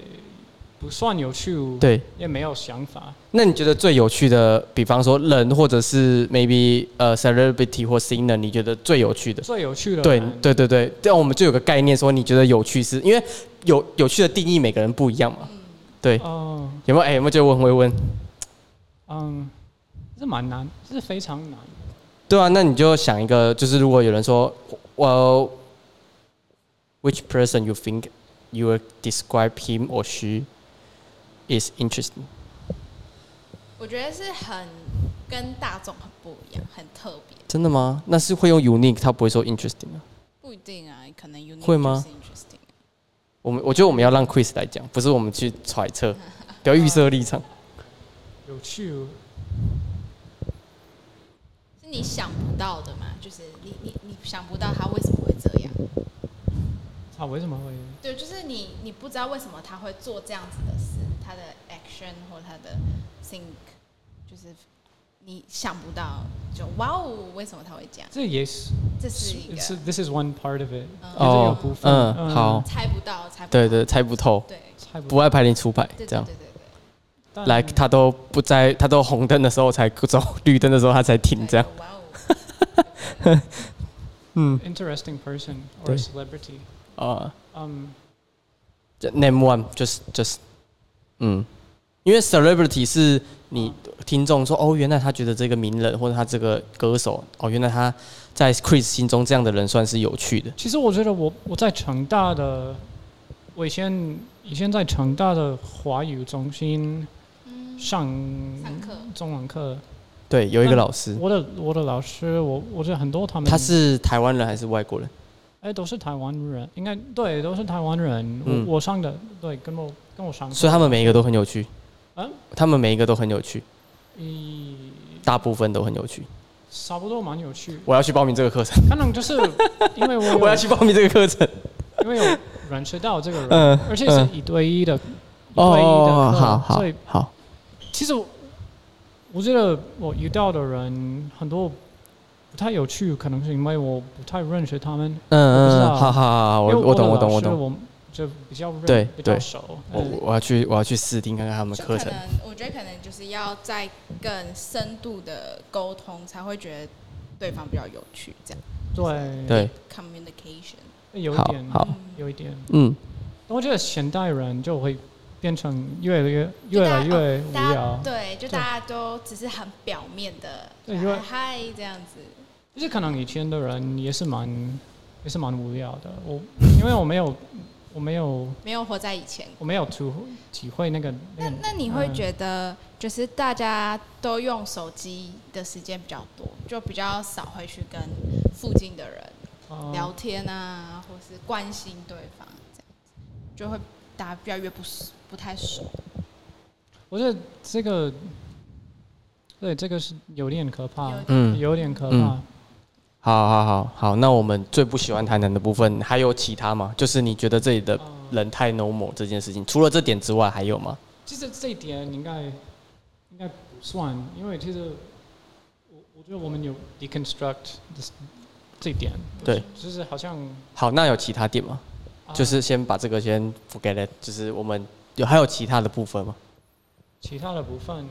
S3: 不算有趣，，
S1: 对，
S3: 也没有想法。
S1: 那你觉得最有趣的，比方说人，或者是 maybe 呃 celebrity 或 singer，你觉得最有趣的？
S3: 最有趣的
S1: 对
S3: 人
S1: 对对对，这样我们就有个概念，说你觉得有趣是因为有有趣的定义每个人不一样嘛？
S3: 嗯
S1: 对，
S3: 哦，
S1: 有没有？哎、有没有觉得我很会问？
S3: 嗯，这蛮难，这是非常难。
S1: 对啊，那你就想一个，就是如果有人说，我 w h i c h person you think you will describe him or she is interesting？
S2: [laughs] 我觉得是很跟大众很不一样，很特别，
S1: 真的吗？那是会用 unique，他不会说 interesting 啊。
S2: 不一定啊，可能 unique
S1: 会吗
S2: 就是？Interesting，
S1: 我们我觉得我们要让 quiz 来讲，不是我们去揣
S3: [laughs]
S1: 测，不要预设立场。
S3: 有趣，
S2: 是你想不到的嘛？就是你你你想不到他为什么会这样，
S3: 啊，为什么会？
S2: 对，就是你你不知道为什么他会做这样子的事，他的 action 或他的 think，就是你想不到，就哇哦，为什么他会这样？
S3: 这也是
S2: 这是一
S3: 是
S2: 个
S3: this is one part of it，
S2: 嗯
S3: 也哦是有部分。
S1: 嗯好
S2: 猜不到，猜不到，
S1: 对对，猜不透，
S2: 对
S3: 猜
S1: 不爱牌你出牌，
S2: 对对
S1: 这样
S2: 对。对对，
S3: 但
S1: 来，他都不在，他都红灯的时候才走，绿灯的时候他才停，这样。
S2: 对哇哦，
S3: interesting person
S1: 对
S3: or celebrity，
S1: 啊、
S3: 嗯，
S1: 就 name one just just 嗯，因为 celebrity 是你听众说哦，原来他觉得这个名人或者他这个歌手哦，原来他在 Chris 心中这样的人算是有趣的。
S3: 其实我觉得我我在成大的，我以前以前在成大的华语中心
S2: 嗯，
S3: 上
S2: 上课
S3: 中文课，
S1: 对，有一
S3: 嗯
S1: 个老师，
S3: 我的我的老师，我我觉得很多他们
S1: 他是台湾人还是外国人？
S3: 哎都是台湾人，应该对都是台湾人。
S1: 嗯
S3: 我我上的对跟我跟我上的，
S1: 所以他们每一个都很有趣
S3: 啊。
S1: 他们每一个都很有趣，
S3: 以
S1: 大部分都很有趣。
S3: 差不多蛮有趣。
S1: 我要去报名这个课程，
S3: 可能就是因为我有
S1: [laughs] 我要去报名这个课程。
S3: 因为有认识到这个人，
S1: 嗯
S3: 而且是一对一的，一对一的
S1: 哦，
S3: 课
S1: 好好
S3: 所以
S1: 好，
S3: 其实我我觉得我遇到的人很多不太有趣，可能是因为我不太认识他们。
S1: 嗯
S3: 我不知
S1: 嗯，
S3: 道
S1: 好好好好，
S3: 因为
S1: 我我懂
S3: 的
S1: 我懂
S3: 老
S1: 我
S3: 师
S1: 懂。
S3: 我就比较认
S1: 对
S3: 比较
S1: 对
S3: 熟。
S1: 我
S3: 嗯
S1: 我要去我要去试听看看他们的
S2: 就
S1: 课
S2: 可
S1: 程。
S2: 能我觉得可能就是要再更深度的沟通，才会觉得对方比较有趣，这样
S3: 对
S1: 对，
S2: communication，
S3: 有一
S1: 好
S3: 点，
S1: 好，
S2: 嗯
S3: 有一点。
S1: 嗯，
S3: 我觉得现代人就会变成越来越
S2: 就
S3: 越
S2: 大
S3: 来
S2: 家
S3: 越无
S2: 大
S3: 聊
S2: 家，对，就大家都只是很表面的，
S3: 对因为
S2: 嗨嗨这样子，
S3: 就是可能以前的人也是蛮也是蛮无聊的。我因为我没有我没有
S2: 没有活在以前。
S3: 我没有体体会那个那
S2: 那
S3: 个
S2: 那你会
S3: 嗯
S2: 觉得，就是大家都用手机的时间比较多，就比较少会去跟附近的人
S3: 呃
S2: 聊天啊，或是关心对方，这样子就会大家越来越不熟不太熟。
S3: 我觉得这个，对，这个是有点可怕，
S1: 嗯
S3: 有点可怕
S1: 嗯。好好好好，那我们最不喜欢台南的部分还有其他吗？就是你觉得这里的人太 normal 这件事情，除了这点之外还有吗？
S3: 其实这一点应该应该不算，因为其实我我觉得我们有 deconstruct 这这一点，
S1: 对，
S3: 就是好像、
S1: 好，那有其他点吗？
S3: 啊
S1: 就是先把这个先 forget it，就是我们有还有其他的部分吗？
S3: 其他的部分，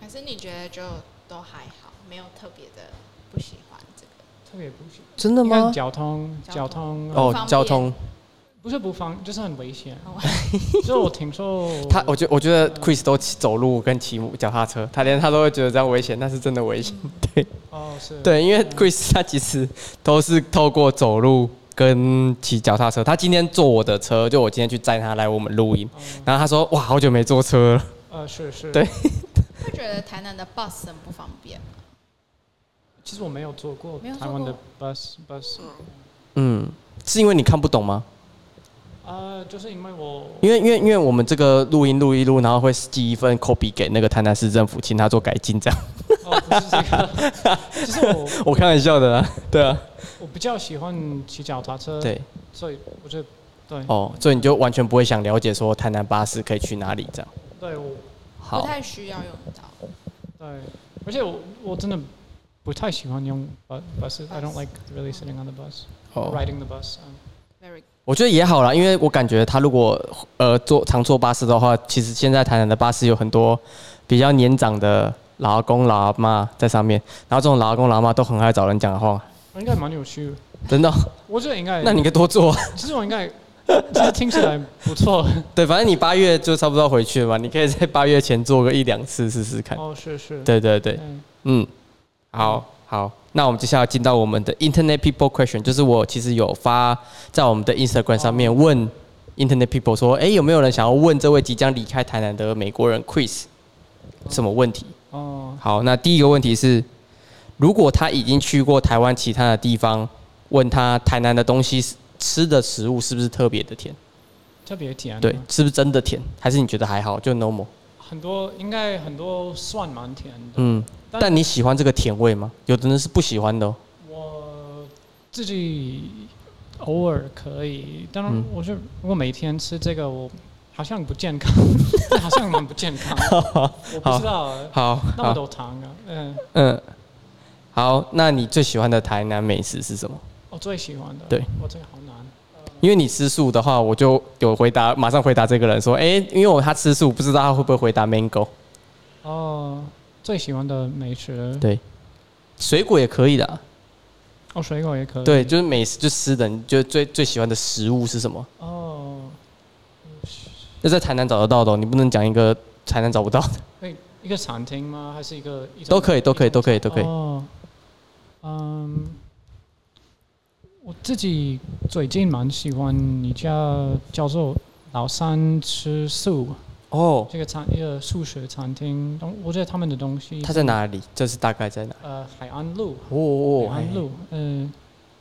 S2: 还是你觉得就都还好？没有特别的不喜欢这个
S3: 特别不喜。
S1: 真的
S3: 应该
S1: 吗？
S3: 交通，交
S2: 交通
S3: 通呃
S2: 方
S1: 哦，
S2: 便
S1: 交通，
S3: 不是不方，就是很危险 [laughs]
S2: 哦。
S3: 就我听说
S1: 他哦我觉我觉得 Chris 都骑走路跟骑脚踏车，他连他都会觉得这样危险，那是真的危险。
S3: 哦是
S1: 对，因为 Chris 他其实都是透过走路跟骑脚踏车。他今天坐我的车，就我今天去载他来我们录音，
S3: 哦
S1: 然后他说哇，好久没坐车了。
S3: 呃是是
S1: 对
S2: 会觉得台南的 bus 很不方便吗？
S3: 其实我没有坐过
S2: 没有坐
S3: 台湾的
S2: 过
S3: bus bus，
S1: 嗯，是因为你看不懂吗？
S3: 呃，就是因为我
S1: 因为因为因为我们这个录音录一录，然后会寄一份 copy 给那个台南市政府，请他做改进，这样。
S3: 哦不是这个， [laughs] 就是我
S1: [laughs] 我开玩笑的啦，对啊，
S3: 我比较喜欢骑脚踏车，，
S1: 对，
S3: 所以我就对
S1: 哦，所以你就完全不会想了解说台南巴士可以去哪里这样。
S3: 对我
S2: 不
S1: 好，
S2: 太需要用到。
S3: 对，而且我我真的不太喜欢用 bu- buses. I don't like really sitting on the bus,
S1: 哦，
S3: riding the bus. Um,
S2: Very
S1: 我觉得也好啦，因为我感觉他如果呃坐常坐巴士的话，其实现在台南的巴士有很多比较年长的老阿公老阿妈在上面，然后这种老阿公老阿妈都很爱找人讲话，
S3: 我应该蛮有趣的，
S1: 真的哦。
S3: 我觉得应该。
S1: 那你可以多坐啊， [laughs]
S3: 其实我应该，其实听起来不错。
S1: 对，反正你八月就差不多要回去了嘛，你可以在八月前做个一两次试试看。
S3: 哦，是是。
S1: 对对对，
S3: 嗯，
S1: 嗯，好好，那我们接下来进到我们的 Internet People Question，就是我其实有发在我们的 Instagram 上面问 Internet People 说，诶，有没有人想要问这位即将离开台南的美国人 Chris 什么问题？
S3: 哦，
S1: 好，那第一个问题是，如果他已经去过台湾其他的地方，问他台南的东西是吃的食物是不是特别的甜？
S3: 特别甜。啊
S1: 对，是不是真的甜？还是你觉得还好，就 normal？
S3: 很多应该很多算蛮甜的。
S1: 嗯，
S3: 但
S1: 但你喜欢这个甜味吗？有的人是不喜欢
S3: [laughs]
S1: 的、哦。
S3: 我自己偶尔可以，当然
S1: 嗯，
S3: 我就如果每天吃这个，我好像不健康， [laughs] 这好像蛮不
S1: [laughs]
S3: 健康的。我不知道啊，
S1: 好，
S3: 那
S1: 好
S3: 么多糖啊，嗯。
S1: 嗯，好，那你最喜欢的台南美食是什么？
S3: 我最喜欢的，
S1: 对，
S3: 我这个好难。
S1: 因为你吃素的话，我就有回答，马上回答这个人说，哎、因为我他吃素，不知道他会不会回答 mango。
S3: 哦，最喜欢的美食，
S1: 对，水果也可以的啊、
S3: 哦，水果也可以。
S1: 对，，就是美食，就吃的，你觉得最最喜欢的食物是什么？
S3: 哦，
S1: 要在台南找得到的哦、你不能讲一个台南找不到的，
S3: 对，一个餐厅吗？还是一个一种
S1: 都可以，都可以，
S3: 一种
S1: 都可以，都可以。
S3: 哦，嗯，我自己最近蛮喜欢一家叫做老三吃素
S1: 哦，
S3: 这个餐一个素食餐厅，东我觉得他们的东西，
S1: 它在？哪里？就是大概在哪？
S3: 呃，海岸路，
S1: 哦哦，
S3: 海岸路，嗯、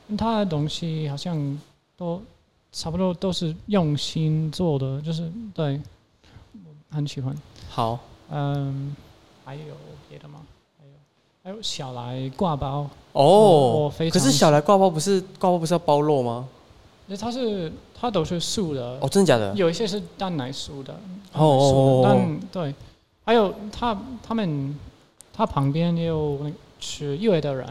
S3: 呃，它的东西好像都差不多都是用心做的，就是对，我很喜欢。
S1: 哎好，
S3: 嗯，还有别的吗？还有还有小来挂包，
S1: 哦
S3: 我非，
S1: 可
S3: 常
S1: 是小来挂包不是挂包不是要包肉吗？
S3: 那它是它都是素的，
S1: 哦，真的假的？
S3: 有一些是蛋奶素的，
S1: 哦哦哦
S3: 蛋奶
S1: 哦
S3: 素的但对，还有他他们他旁边也有那个吃越的人。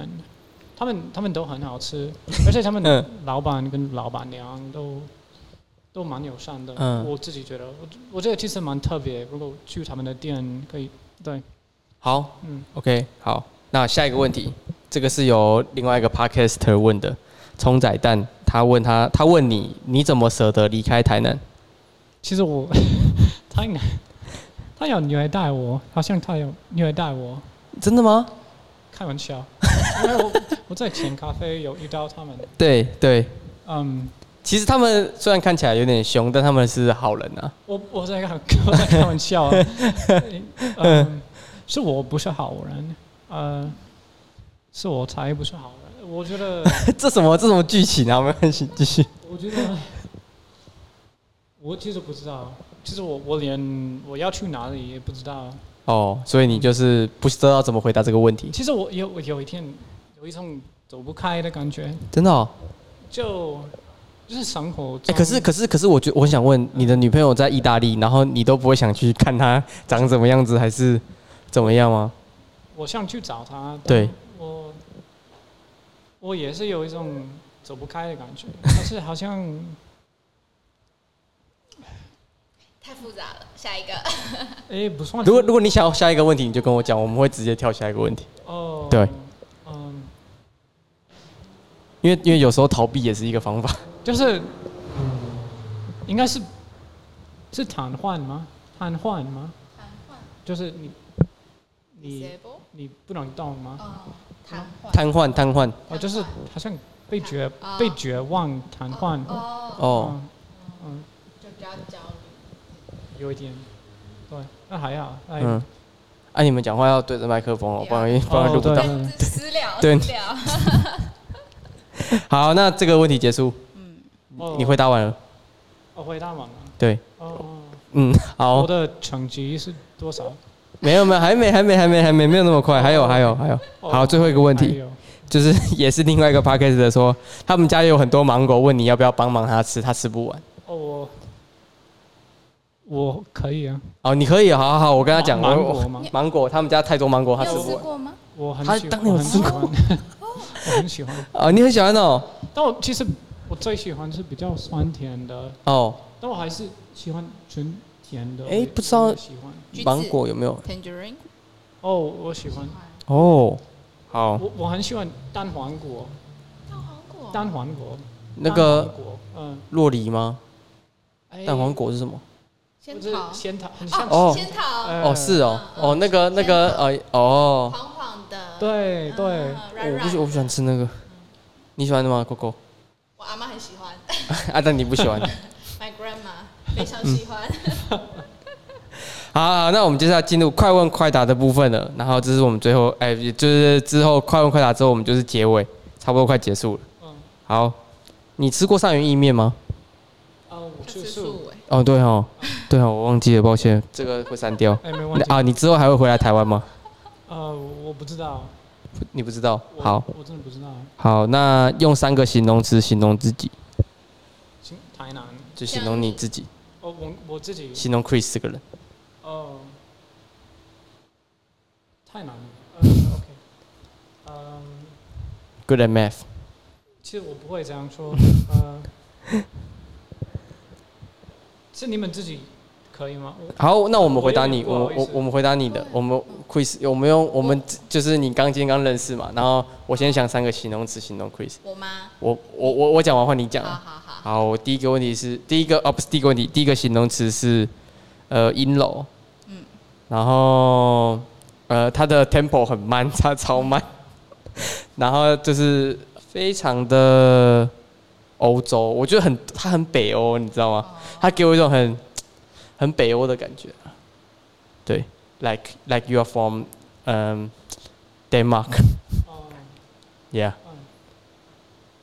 S3: 他们他们都很
S1: [laughs]
S3: 好吃，而且他们
S1: 嗯
S3: 老板跟老板娘都都蛮友善的。
S1: 嗯
S3: 我自己觉得，我我觉得其实蛮特别。如果去他们的店，可以对，
S1: 好，
S3: 嗯，
S1: OK，好，那下一个问题，这个是由另外一个 podcaster 问的，冲仔蛋，他问他，他问你，你怎么舍得离开台南？
S3: 其实我 [laughs] 他应该他有虐待我，好像他有虐待我，
S1: 真的吗？
S3: 开
S1: [laughs]
S3: 玩笑，因为我我在浅咖啡有遇到他们，
S1: 对对，
S3: 嗯，
S1: 其实他们虽然看起来有点凶，但他们是好人啊。 [laughs]
S3: 我我在开 [laughs] 我在开玩笑、啊，嗯，是我不是好人，呃，是我才不是好人，我觉得
S1: 这什么这什么剧情啊？没关系，继续。
S3: 我觉得我其实不知道，其实我我连我要去哪里也不知道。
S1: 哦，所以你就是不知道怎么回答这个问题，
S3: 其实我有我有一天有一种走不开的感觉，
S1: 真的哦。
S3: 就就是生活
S1: 哎、
S3: 中。
S1: 可是可是可是，我觉我很想问，你的女朋友在意大利，然后你都不会想去看她长什么样子，还是怎么样吗？
S3: 我想去找他，但
S1: 对
S3: 我我也是有一种走不开的感觉，但是好像 [laughs]
S2: 太复杂了，下一个。
S3: 哎、不算是。
S1: 如果如果你想要下一个问题，你就跟我讲，我们会直接跳下一个问题。
S3: 哦，
S1: 对，
S3: 嗯，
S1: 因为因为有时候逃避也是一个方
S3: [laughs]
S1: 法。
S3: 就是，嗯，应该是是瘫痪吗？瘫痪吗？
S2: 瘫痪，
S3: 就是你你
S2: 斜坡，
S3: 你不能动吗？
S2: 哦，瘫
S1: 瘫痪，
S2: 痪，
S1: 瘫痪，
S3: 哦，就是好像被绝
S2: 啊
S3: 被绝望瘫痪。
S2: 哦，
S1: 哦，
S3: 嗯，
S2: 就比较焦虑，
S3: 有一点，对，那还好，哎，
S1: 嗯，哎、你们讲话要对着麦克风哦，不然不然录不
S3: 哦
S1: 到。
S3: 对
S2: 这私聊，
S1: 对
S2: 私聊，
S1: 好，那这个问题结束，
S3: 哦
S1: 你回答完了。
S3: 我回答完了。
S1: 对，
S3: 哦，
S1: 嗯，
S3: 我
S1: 好，
S3: 的成绩是多少？
S1: 没有没有，还没还没还没还没没有那么快，
S3: 哦
S1: 还有还有还有。好，最后一个问
S3: 还
S1: 题
S3: 有，
S1: 就是 [laughs] 也是另外一个 p a c k a g e 的说，他们家有很多芒果，问你要不要帮忙他吃，他吃不完。
S3: 哦，我我可以啊，
S1: 哦，你可以，好好好，我跟他讲，
S3: 芒
S1: 我
S3: 芒果吗？
S1: 芒果，他们家太多芒果，他
S2: 你
S1: 吃
S2: 有
S1: 不
S2: 吃
S1: 完。
S2: 过吗？
S3: 我很
S1: 他
S3: 喜
S1: 当
S3: 欢，
S1: 年有
S3: 我很
S1: 吃
S3: 喜
S1: 过
S3: 欢，我很喜欢。
S1: 啊，你很喜欢哦，
S3: 但我其实我最喜欢是比较酸甜的，
S1: 哦，
S3: 但我还是喜欢纯甜的。
S1: 哎
S3: 我
S1: 不知道
S3: 我也喜欢
S2: 橘子
S1: 芒果有没有？
S2: tangerine，
S3: 哦，我喜欢，
S1: 哦，好，
S3: 我我很喜欢蛋黄果，
S2: 蛋黄果，
S3: 蛋黄果，
S1: 那
S3: 蛋
S1: 个
S3: 黄果，嗯，
S1: 洛梨吗？
S3: 哎
S1: 蛋黄果是什么？
S2: 仙
S3: 不是
S2: 桃，
S3: 仙桃，很像
S1: 哦
S2: 仙桃，
S3: 呃
S1: 哦，是哦，
S2: 嗯
S1: 哦，那个那个呃，哦，
S2: 黄黄的，嗯，
S3: 对对，
S2: 软
S1: 我不喜
S2: 软，
S1: 我不喜欢吃那个，你喜欢的吗，Coco？
S2: 我阿妈很喜欢
S1: 啊，但你不喜欢。 [laughs]
S2: ，My grandma 非常喜欢，
S1: 好好，那我们接下来进入快问快答的部分了。然后这是我们最后，哎、也就是之后快问快答之后，我们就是结尾，差不多快结束了。
S3: 嗯，
S1: 好，你吃过鳝鱼意面吗？
S3: 啊，我
S2: 她
S3: 吃
S2: 吃
S3: 素，
S2: 素哎，
S1: 哦，对哦， [laughs] 对哦，我忘记了，抱歉，这个会删掉。
S3: 哎，没问题，
S1: 啊，你之后还会回来台湾吗？
S3: 呃，我不知道，
S1: 不你不知道。
S3: 我
S1: 好，
S3: 我真的不知道，
S1: 好，那用三个形容词形容自己，
S3: 行，台南，
S1: 就形容你自己，
S3: 哦，我我自己，
S1: 形容 Chris 这个人。
S3: 哦，太难了，呃，OK，嗯，
S1: Good at math。
S3: 其实我不会这样 [laughs] 说，呃，是你们自己可以吗？我
S1: 好，那我们回答你，
S3: 我有
S1: 我
S3: 点不好意
S1: 我
S3: 思
S1: 我们回答你的，我们 Chris，我们用我们就是你刚今天刚认识嘛，然后我先想三个形容词形容 Chris，
S2: 我妈，
S1: 我我我我讲完换你讲
S2: 好
S1: 啊。
S2: 好好，
S1: 好，我第一个问题是第一个哦不是第一个问题，第一个形容词是呃阴柔，嗯，然后呃他的 tempo 很慢， [laughs] 他超慢，然后就是非常的欧洲，我觉得很他很北欧，你知道吗？他给我一种很很北欧的感觉，对，like like you are from 嗯、Denmark，yeah，
S3: 哦，嗯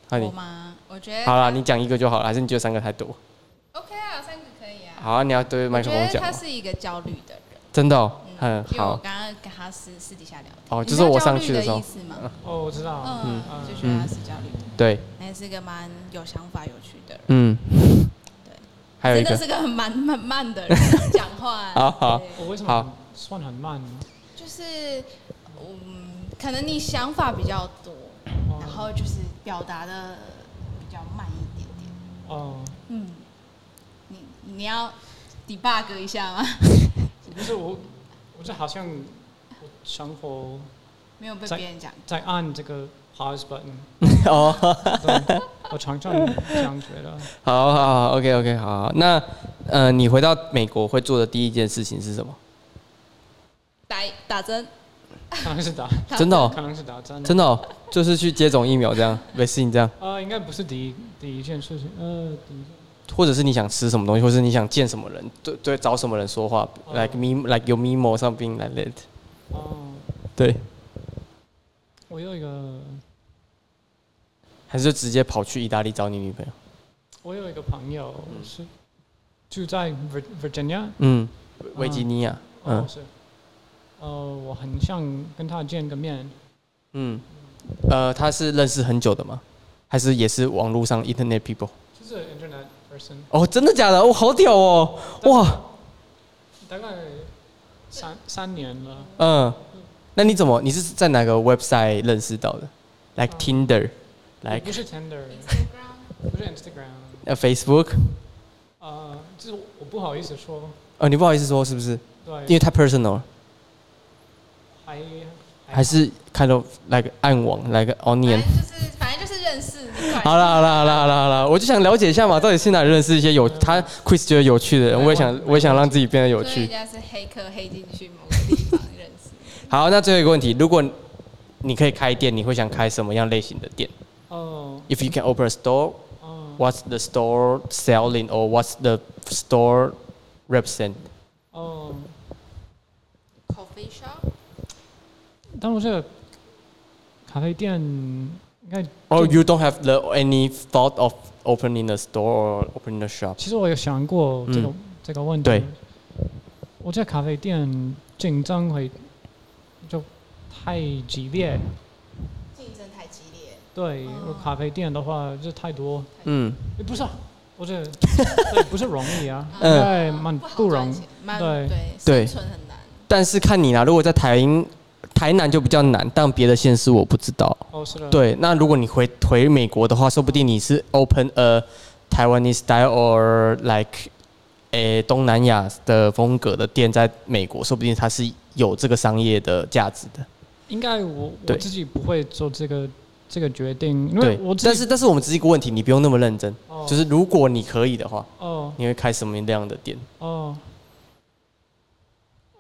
S1: 那
S2: 我
S1: 你
S2: 妈，我觉得
S1: 好了，你讲一个就好了，还是你觉得三个太多？
S2: OK 啊，三个可以啊，
S1: 好啊，你要对麦
S2: 我
S1: 克
S2: 觉
S1: 风
S2: 得
S1: 讲
S2: 她
S1: 吗。
S2: 是一个焦虑的人，
S1: 真的、哦，嗯
S2: 嗯，，因为我
S1: 好，
S2: 刚刚跟她私私底下聊天，
S1: 哦
S2: 你
S1: 就是
S2: 知道
S1: 我
S2: 焦
S1: 上
S2: 虑
S1: 去的
S2: 的
S1: 时候
S2: 意思吗？
S3: 哦，我知道，
S2: 嗯，就觉得她是焦虑的，
S1: 对，
S2: 她也是个蛮有想法、有趣的人。
S1: 嗯，
S2: 对
S1: 还有一
S2: 真的
S1: 个，
S2: 是个很蛮慢慢的人 [laughs] 讲话。
S1: 好好
S2: 对
S3: 我为什
S1: 好
S3: 么算很慢呢？
S2: 就是嗯，可能你想法比较多，
S3: 哦
S2: 然后就是表达的比较慢一点点。
S3: 哦，
S2: 嗯，你你要 debug 一下吗？ [laughs]
S3: 不是我，我就好像我生活
S2: 没有被
S3: 在
S2: 别人讲。
S3: 在按这个 pause button，
S1: [laughs] 哦，
S3: 对我常常这样觉得。
S1: 好好好，OK OK，好好，那呃，你回到美国会做的第一件事情是什么？
S2: 打打针，
S3: 可能是打，
S2: 打
S1: 真的、哦，
S3: 可能是打针。
S1: 真的、哦，就是去接种疫苗这样， [laughs] 没事你这样，
S3: 呃，应该不是第一第一件事情，呃，第一件
S1: 或者是你想吃什么东西，或是你想见什么人，对对，找什么人说话、
S3: 哦
S1: l i k e me like your memo something like that，
S3: 哦，
S1: 对，
S3: 我有一个
S1: 还是就直接跑去意大利找你女朋友？
S3: 我有一个朋友是住在 Vir- Virginia，
S1: 嗯，维吉尼亚，
S3: 哦
S1: 嗯
S3: 是，呃，我很想跟他见个面，
S1: 嗯，呃，他是认识很久的吗？还是也是网络上 internet people？
S3: 就是 internet person，
S1: 哦，真的假的？哦，好屌哦！哇，
S3: 大概三三年了，
S1: 嗯，那你怎么？你是在哪个 website 认识到的？Like
S3: 嗯
S1: Tinder，
S3: 也
S1: like
S3: 不是 Tinder，不是 Instagram。
S1: 呃 Facebook？
S3: 啊，就是我不好意思说，
S1: 哦，你不好意思说是不是？因
S3: 对，
S1: 为太 personal 了。
S3: 还
S1: 还是 kind of like 暗网 like onion
S2: 反。正就是反正就是认识你。
S1: 好了好了好了好了好了，我就想了解一下嘛，到底是哪里认识一些有他 Chris 觉得有趣的人，我也想我也想让自己变得有
S2: 所以人
S1: 趣。
S2: 家是黑客黑进去某个地方认识。
S1: 好，那最后一个问题，如果你可以开店，你会想开什么样类型的店
S3: 哦
S1: ？If you can open a store,
S3: 哦
S1: what's the store selling or what's the store represent？
S3: 哦，
S2: [laughs] Coffee shop，
S3: 但我这个咖啡店应该
S1: Or
S3: 就
S1: you don't have the any thought of opening a store or opening a shop？
S3: 其实我有想过这个、这个问题。
S1: 嗯对，
S3: 我觉得咖啡店竞争会就太激烈。
S2: 竞争太激烈。
S3: 对，如果咖啡店的话就太多，
S1: 嗯，
S3: 诶不是、啊，
S1: [laughs]
S3: 我觉得对不是容易啊，
S1: 嗯
S3: 应该蛮
S2: 好
S3: 不容
S2: 赚
S3: 易
S2: 钱。蛮对
S3: 对
S1: 对
S2: 生存很难。
S1: 但是看你啦，如果在台台南就比较难，但别的县市我不知道。
S3: 哦，是的，
S1: 对，那如果你回回美国的话，说不定你是 open a Taiwanese style or like 诶东南亚的风格的店，在美国，说不定它是有这个商业的价值的。
S3: 应该我我
S1: 对
S3: 自己不会做这个这个决定，因为
S1: 对
S3: 我，自己
S1: 但是但是我们只是一个问题，你不用那么认真。
S3: 哦
S1: 就是如果你可以的话，
S3: 哦
S1: 你会开什么样的
S3: [laughs]
S1: 店？
S3: 哦，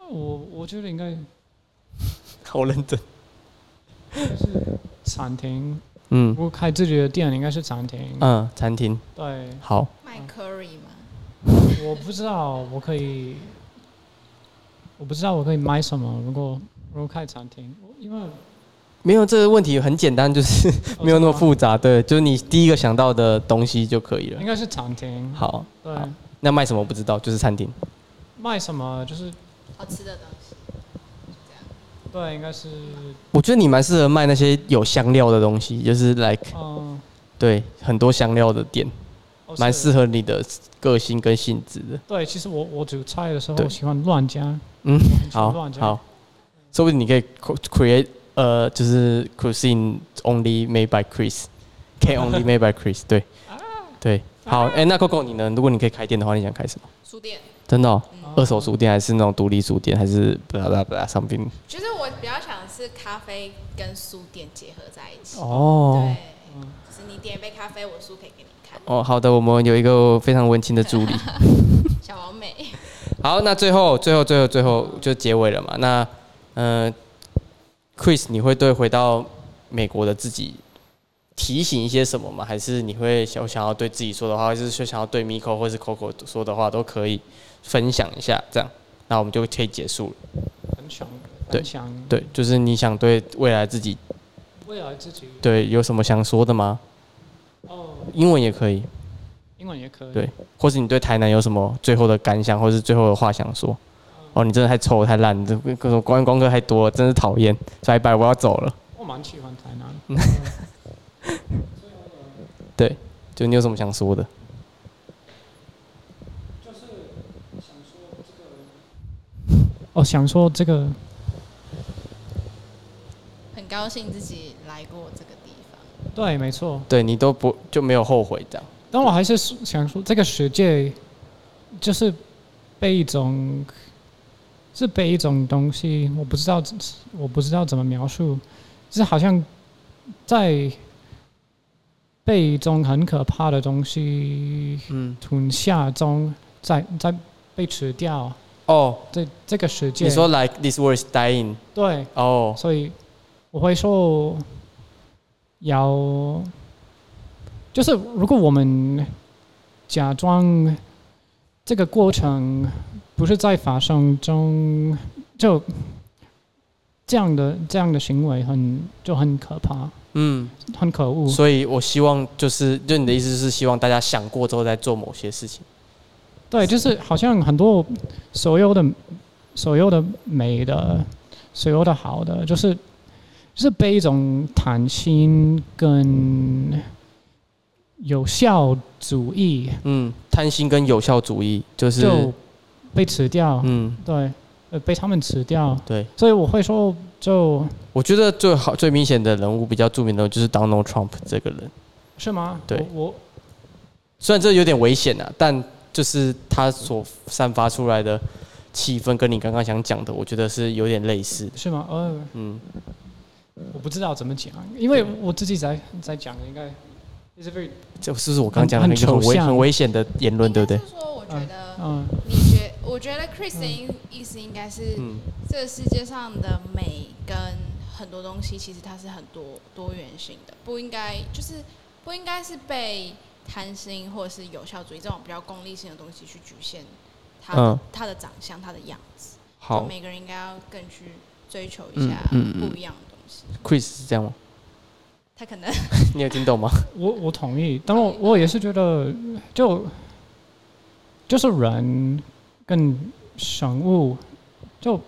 S3: 我我觉得应该
S1: 好认真。
S3: 餐厅，
S1: 嗯
S3: 如果开自己的店应该是餐厅。
S1: 嗯，餐厅
S3: 对，
S1: 好。
S2: 卖 curry 嘛，
S3: 我不知道我可以，我不知道我可以买什么。如果如果开餐厅，我因为
S1: 没有这个问题很简单，就是 [laughs] 没有那么
S3: 杂，
S1: 复杂。对，就是你第一个想到的东西就可以了
S3: 应。该是餐厅。
S1: 好，
S3: 对，
S1: 好那卖什么不知道，就是餐厅。
S3: 卖什么就是
S2: 好哦吃的东西。
S3: 对，应该是
S1: 我觉得你蛮适合卖那些有香料的东西，就是 like
S3: 嗯，
S1: 对很多香料的店，
S3: 哦
S1: 蛮
S3: 是
S1: 适合你的个性跟性质的。
S3: 对，其实我我煮菜的时候
S1: 对
S3: 我喜欢乱加，
S1: 嗯
S3: 我很喜
S1: 好
S3: 欢乱加。
S1: 好，说不定你可以 co- create 呃，就是 cuisine only made by Chris，can only made by Chris，对
S3: [laughs]
S1: 对。好，哎、那 Coco 你呢？如果你可以开店的话，你想开什么？
S2: 书店，
S1: 真的哦、
S3: 嗯
S1: 二手书店还是那种独立书店，还是 blah blah blah something？
S2: 其实我比较想的是咖啡跟书店结合在一起。
S1: 哦
S2: 对，
S3: 嗯
S2: 就是你点一杯咖啡，我书可以给你看。
S1: 哦，好的，我们有一个非常文青的助理。
S2: 小王美， [laughs]
S1: 好，那最后最后最后最后就结尾了嘛。那呃，Chris，你会对回到美国的自己提醒一些什么吗？还是你会想想要对自己说的话，还是说想要对 Miko 或是 Coco 说的话都可以分享一下？这样，那我们就可以结束了。
S3: 很想
S1: 对
S3: 很想
S1: 对，就是你想对未来自己
S3: 未来自己
S1: 对有什么想说的吗？
S3: 哦，
S1: 英文也可以，
S3: 英文也可以。
S1: 对，或是你对台南有什么最后的感想，或是最后的话想说？哦，你真的太臭太烂，你这各种观光客太多了，真是讨厌。拜拜，我要走了。
S3: 我蛮喜欢台南。
S1: 对，就你有什么想说的？
S3: 哦，想说这个
S2: 很高兴自己来过这个地方。
S3: 对，没错。
S1: 对你都不就没有后悔这样？
S3: 但我还是想说，这个世界就是被一种是被一种东西，我不知道，我不知道怎么描述，就是好像在被一种很可怕的东西
S1: 嗯，
S3: 吞下中，在在被吃掉。
S1: 哦，
S3: 这这个世界，
S1: 你说 like this world is dying，
S3: 对，
S1: 哦，
S3: 所以我会说要，就是如果我们假装这个过程不是在发生中，就这样的这样的行为很就很可怕，
S1: 嗯，
S3: 很可恶。
S1: 所以我希望就是，就你的意思是希望大家想过之后再做某些事情。
S3: 对，就是好像很多所有的、所有的美的、所有的好的，就是就是被一种贪心跟有效主义
S1: 嗯，贪心跟有效主义就是，
S3: 就被吃掉，
S1: 嗯，
S3: 对，呃，被他们吃掉。
S1: 对，
S3: 所以我会说就，
S1: 我觉得最好最明显的人物比较著名的就是 Donald Trump 这个人。
S3: 是吗？
S1: 对
S3: 我我
S1: 虽然这有点危险啊，但就是他所散发出来的气氛，跟你刚刚想讲的，我觉得是有点类似的。
S3: 是吗？呃，
S1: 嗯，
S3: 我不知道怎么讲，因为我自己在在讲，应该 is very
S1: 这是不是我刚刚讲的那个很
S3: 很很抽
S1: 危
S3: 象
S1: 很危险的言论，对不对
S2: 应？该是说，我觉得
S3: 嗯
S2: 你觉，我觉得 Chris 的意意思应该是，
S1: 嗯
S2: 这个世界上的美跟很多东西，其实它是很多多元性的，不应该就是不应该是被贪心或者是有效主义这种比较功利性的东西去局限他
S1: 嗯
S2: 他的长相、他的样子。就
S1: 好
S2: 每个人应该要更去追求一
S1: 嗯
S2: 下
S1: 嗯嗯
S2: 不一样的东西。
S1: ，Chris 是这样
S3: [laughs]
S1: 吗？
S2: 他可能
S1: 你有听懂吗？
S3: 我我同意，但我我也是觉得就就是人跟生物就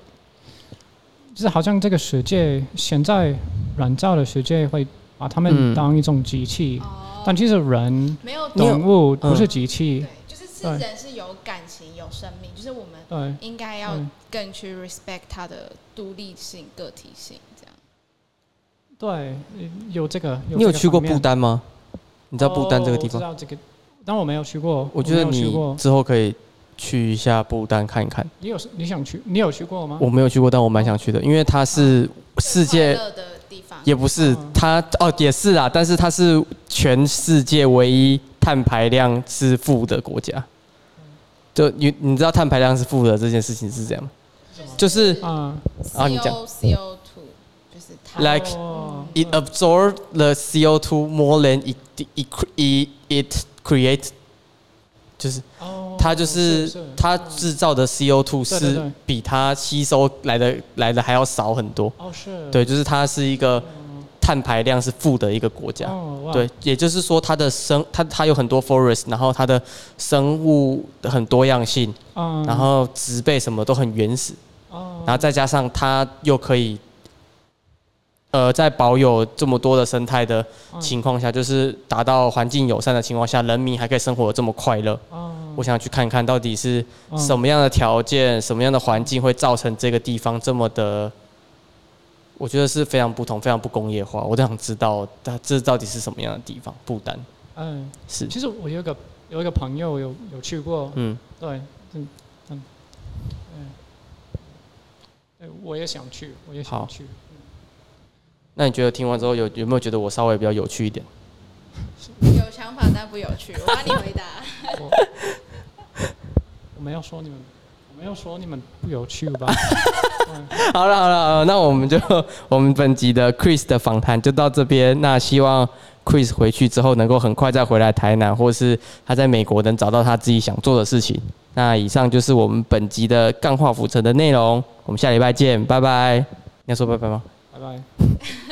S3: 就是好像这个世界现在人造的世界会把他们
S1: 嗯
S3: 当一种机器，
S2: 哦
S3: 但，其实人
S2: 没有
S1: 你有
S3: 动物不是
S1: 嗯
S3: 机器
S2: 对，，就是是
S3: 对
S2: 人是有感情、有生命，就是我们
S3: 对。
S2: 应该要
S3: 嗯
S2: 更去 respect 他的独立性、个体性，这样。
S3: 对，有这个。
S1: 你有去过
S3: 不
S1: 不？丹吗？你知道不丹这个地方
S3: 哦？我知道这个，但我没有去过。
S1: 我觉得
S3: 没有去
S1: 你
S3: 过
S1: 之后可以去一下不丹看一看。
S3: 你有你想去，你有去过吗？
S1: 我没有去过，但我蛮想去的，因为它是世界
S2: 最
S3: 啊
S2: 快乐的地方，
S1: 也不是
S3: 嗯
S1: 它哦，也是啦，但是它是全世界唯一碳排量是负的国家。就你你知道碳排量是负的这件事情是这样吗就是
S3: 啊
S1: 啊你讲
S2: CO CO two，就是它
S1: Like-
S3: 哦
S1: ，it absorbs the CO2 more than it it it it creates，就是
S3: 哦
S1: 它就是它制造的 CO2
S3: 对对
S1: 是
S3: 对
S1: 比它吸收来的来的还要少很多。
S3: 哦是
S1: 对，就是它是一个
S3: 嗯
S1: 碳排量是负的一个国家。
S3: 哦哇
S1: 对，也就是说它的生它它有很多 forest，然后它的生物很多样性，
S3: 嗯
S1: 然后植被什么都很原始，
S3: 哦
S1: 然后再加上它又可以，呃，在保有这么多的生态的
S3: 嗯
S1: 情况下，就是达到环境友善的情况下，人民还可以生活得这么快乐。
S3: 哦
S1: 我想去看看到底是
S3: 嗯
S1: 什么样的条件、什么样的环境会造成这个地方这么的，我觉得是非常不同、非常不工业化。我都想知道它这到底是什么样的地方。不丹
S3: 嗯，
S1: 是，
S3: 其实我有一个有一个朋友有有去过，
S1: 嗯，
S3: 对，嗯嗯，对，我也想去，我也
S1: 好
S3: 想去。
S1: 那你觉得听完之后有有没有觉得我稍微比较有趣一点？ [laughs]
S2: 有想法但不有趣。我帮你回答，
S3: 我我没有说你们，我没有说你们不有趣
S1: [laughs]
S3: 吧？
S1: 好了好了，好了那我们就 [laughs] 我们本集的 Chris 的访谈就到这边。那希望 Chris 回去之后能够很快再回来台南，或是他在美国能找到他自己想做的事情。那以上就是我们本集的干化浮城的内容，我们下礼拜见，拜拜。你要说拜拜吗？
S3: 拜拜。